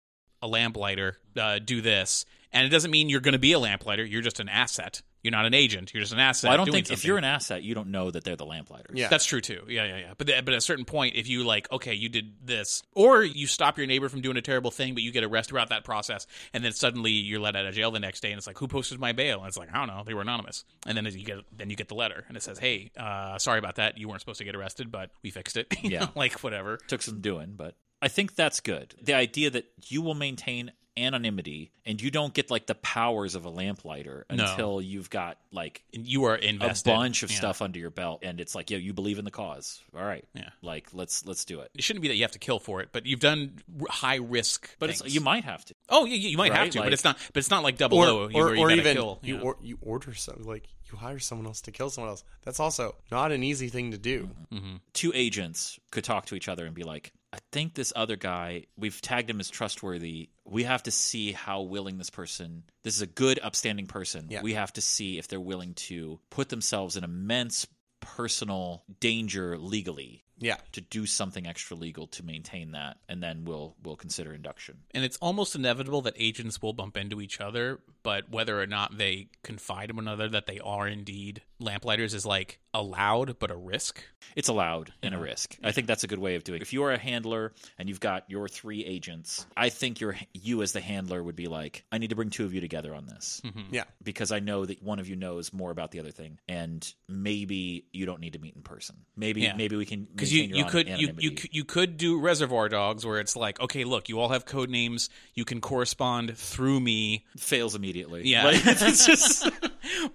Speaker 3: a lamplighter, uh, do this." And it doesn't mean you're going to be a lamplighter. You're just an asset. You're not an agent. You're just an asset.
Speaker 1: Well, I don't
Speaker 3: doing
Speaker 1: think if
Speaker 3: something.
Speaker 1: you're an asset, you don't know that they're the lamplighters.
Speaker 2: Yeah.
Speaker 3: That's true too. Yeah, yeah, yeah. But th- but at a certain point, if you like, okay, you did this, or you stop your neighbor from doing a terrible thing, but you get arrested throughout that process, and then suddenly you're let out of jail the next day, and it's like, who posted my bail? And it's like, I don't know, they were anonymous. And then you get then you get the letter, and it says, hey, uh, sorry about that, you weren't supposed to get arrested, but we fixed it. You
Speaker 1: Yeah.
Speaker 3: know, like whatever.
Speaker 1: took some doing, but I think that's good. The idea that you will maintain anonymity and you don't get like the powers of a lamplighter
Speaker 3: No.
Speaker 1: until you've got like
Speaker 3: And you are invested
Speaker 1: a bunch of
Speaker 3: Yeah.
Speaker 1: stuff under your belt and it's like, yeah, you believe in the cause. All right.
Speaker 3: Yeah.
Speaker 1: Like let's let's do it.
Speaker 3: It shouldn't be that you have to kill for it, but you've done high risk.
Speaker 1: But it's you might have to.
Speaker 3: Oh, you, you might have
Speaker 1: Right?
Speaker 3: to,
Speaker 1: Like-
Speaker 3: but it's not. But it's not like double
Speaker 2: or,
Speaker 3: O. you-
Speaker 2: or,
Speaker 3: where you
Speaker 2: or
Speaker 3: gotta
Speaker 2: even
Speaker 3: kill,
Speaker 2: you,
Speaker 3: know.
Speaker 2: or, you order some like you hire someone else to kill someone else. That's also not an easy thing to do.
Speaker 3: Mm-hmm.
Speaker 1: Two agents could talk to each other and be like, I think this other guy, we've tagged him as trustworthy. We have to see how willing this person, this is a good, upstanding person.
Speaker 2: Yeah.
Speaker 1: We have to see if they're willing to put themselves in immense personal danger legally
Speaker 2: Yeah,
Speaker 1: to do something extra legal to maintain that, and then we'll we'll consider induction.
Speaker 3: and it's almost inevitable that agents will bump into each other, but whether or not they confide in one another that they are indeed lamplighters is like allowed but a risk.
Speaker 1: It's allowed and a risk. I think that's a good way of doing. it. If you are a handler and you've got your three agents, I think your you as the handler would be like, I need to bring two of you together on this.
Speaker 3: Mm-hmm.
Speaker 2: yeah.
Speaker 1: Because I know that one of you knows more about the other thing, and maybe you don't need to meet in person. Maybe
Speaker 3: Yeah.
Speaker 1: maybe we can
Speaker 3: Because you,
Speaker 1: maintain your
Speaker 3: you
Speaker 1: an-
Speaker 3: could you, you
Speaker 1: anonymity.
Speaker 3: c- you could do Reservoir Dogs where it's like okay look you all have code names you can correspond through me
Speaker 1: fails immediately.
Speaker 3: yeah
Speaker 1: Like,
Speaker 3: it's just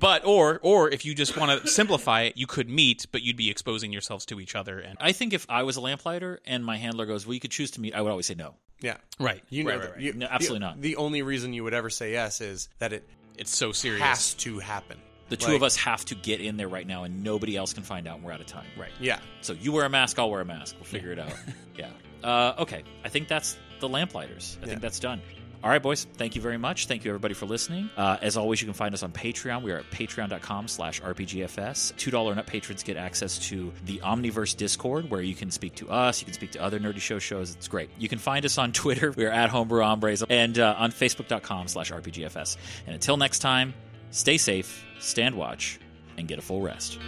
Speaker 3: but or or if you just want to simplify it you could meet but you'd be exposing yourselves to each other and
Speaker 1: I think if I was a lamplighter and my handler goes, "Well, you could choose to meet," I would always say no.
Speaker 2: Yeah.
Speaker 3: right
Speaker 2: You know
Speaker 3: right,
Speaker 2: that.
Speaker 3: right, right.
Speaker 2: You-
Speaker 1: No, absolutely
Speaker 2: the-
Speaker 1: not.
Speaker 2: The only reason you would ever say yes is that it
Speaker 3: it's so serious
Speaker 2: has to happen.
Speaker 1: The two
Speaker 2: Like,
Speaker 1: of us have to get in there right now, and nobody else can find out. And we're out of time.
Speaker 3: right
Speaker 2: Yeah.
Speaker 1: So you wear a mask, I'll wear a mask. We'll figure it out. yeah. Uh, okay. I think that's the lamplighters. I
Speaker 2: Yeah.
Speaker 1: think that's done. All right, boys. Thank you very much. Thank you, everybody, for listening. Uh, as always, you can find us on Patreon. We are at patreon.com slash RPGFS. $2 and up patrons get access to the Omniverse Discord, where you can speak to us. You can speak to other Nerdy Show shows. It's great. You can find us on Twitter. We are at Homebrew Hombres and uh, on Facebook.com slash RPGFS. And until next time, stay safe, stand watch, and get a full rest.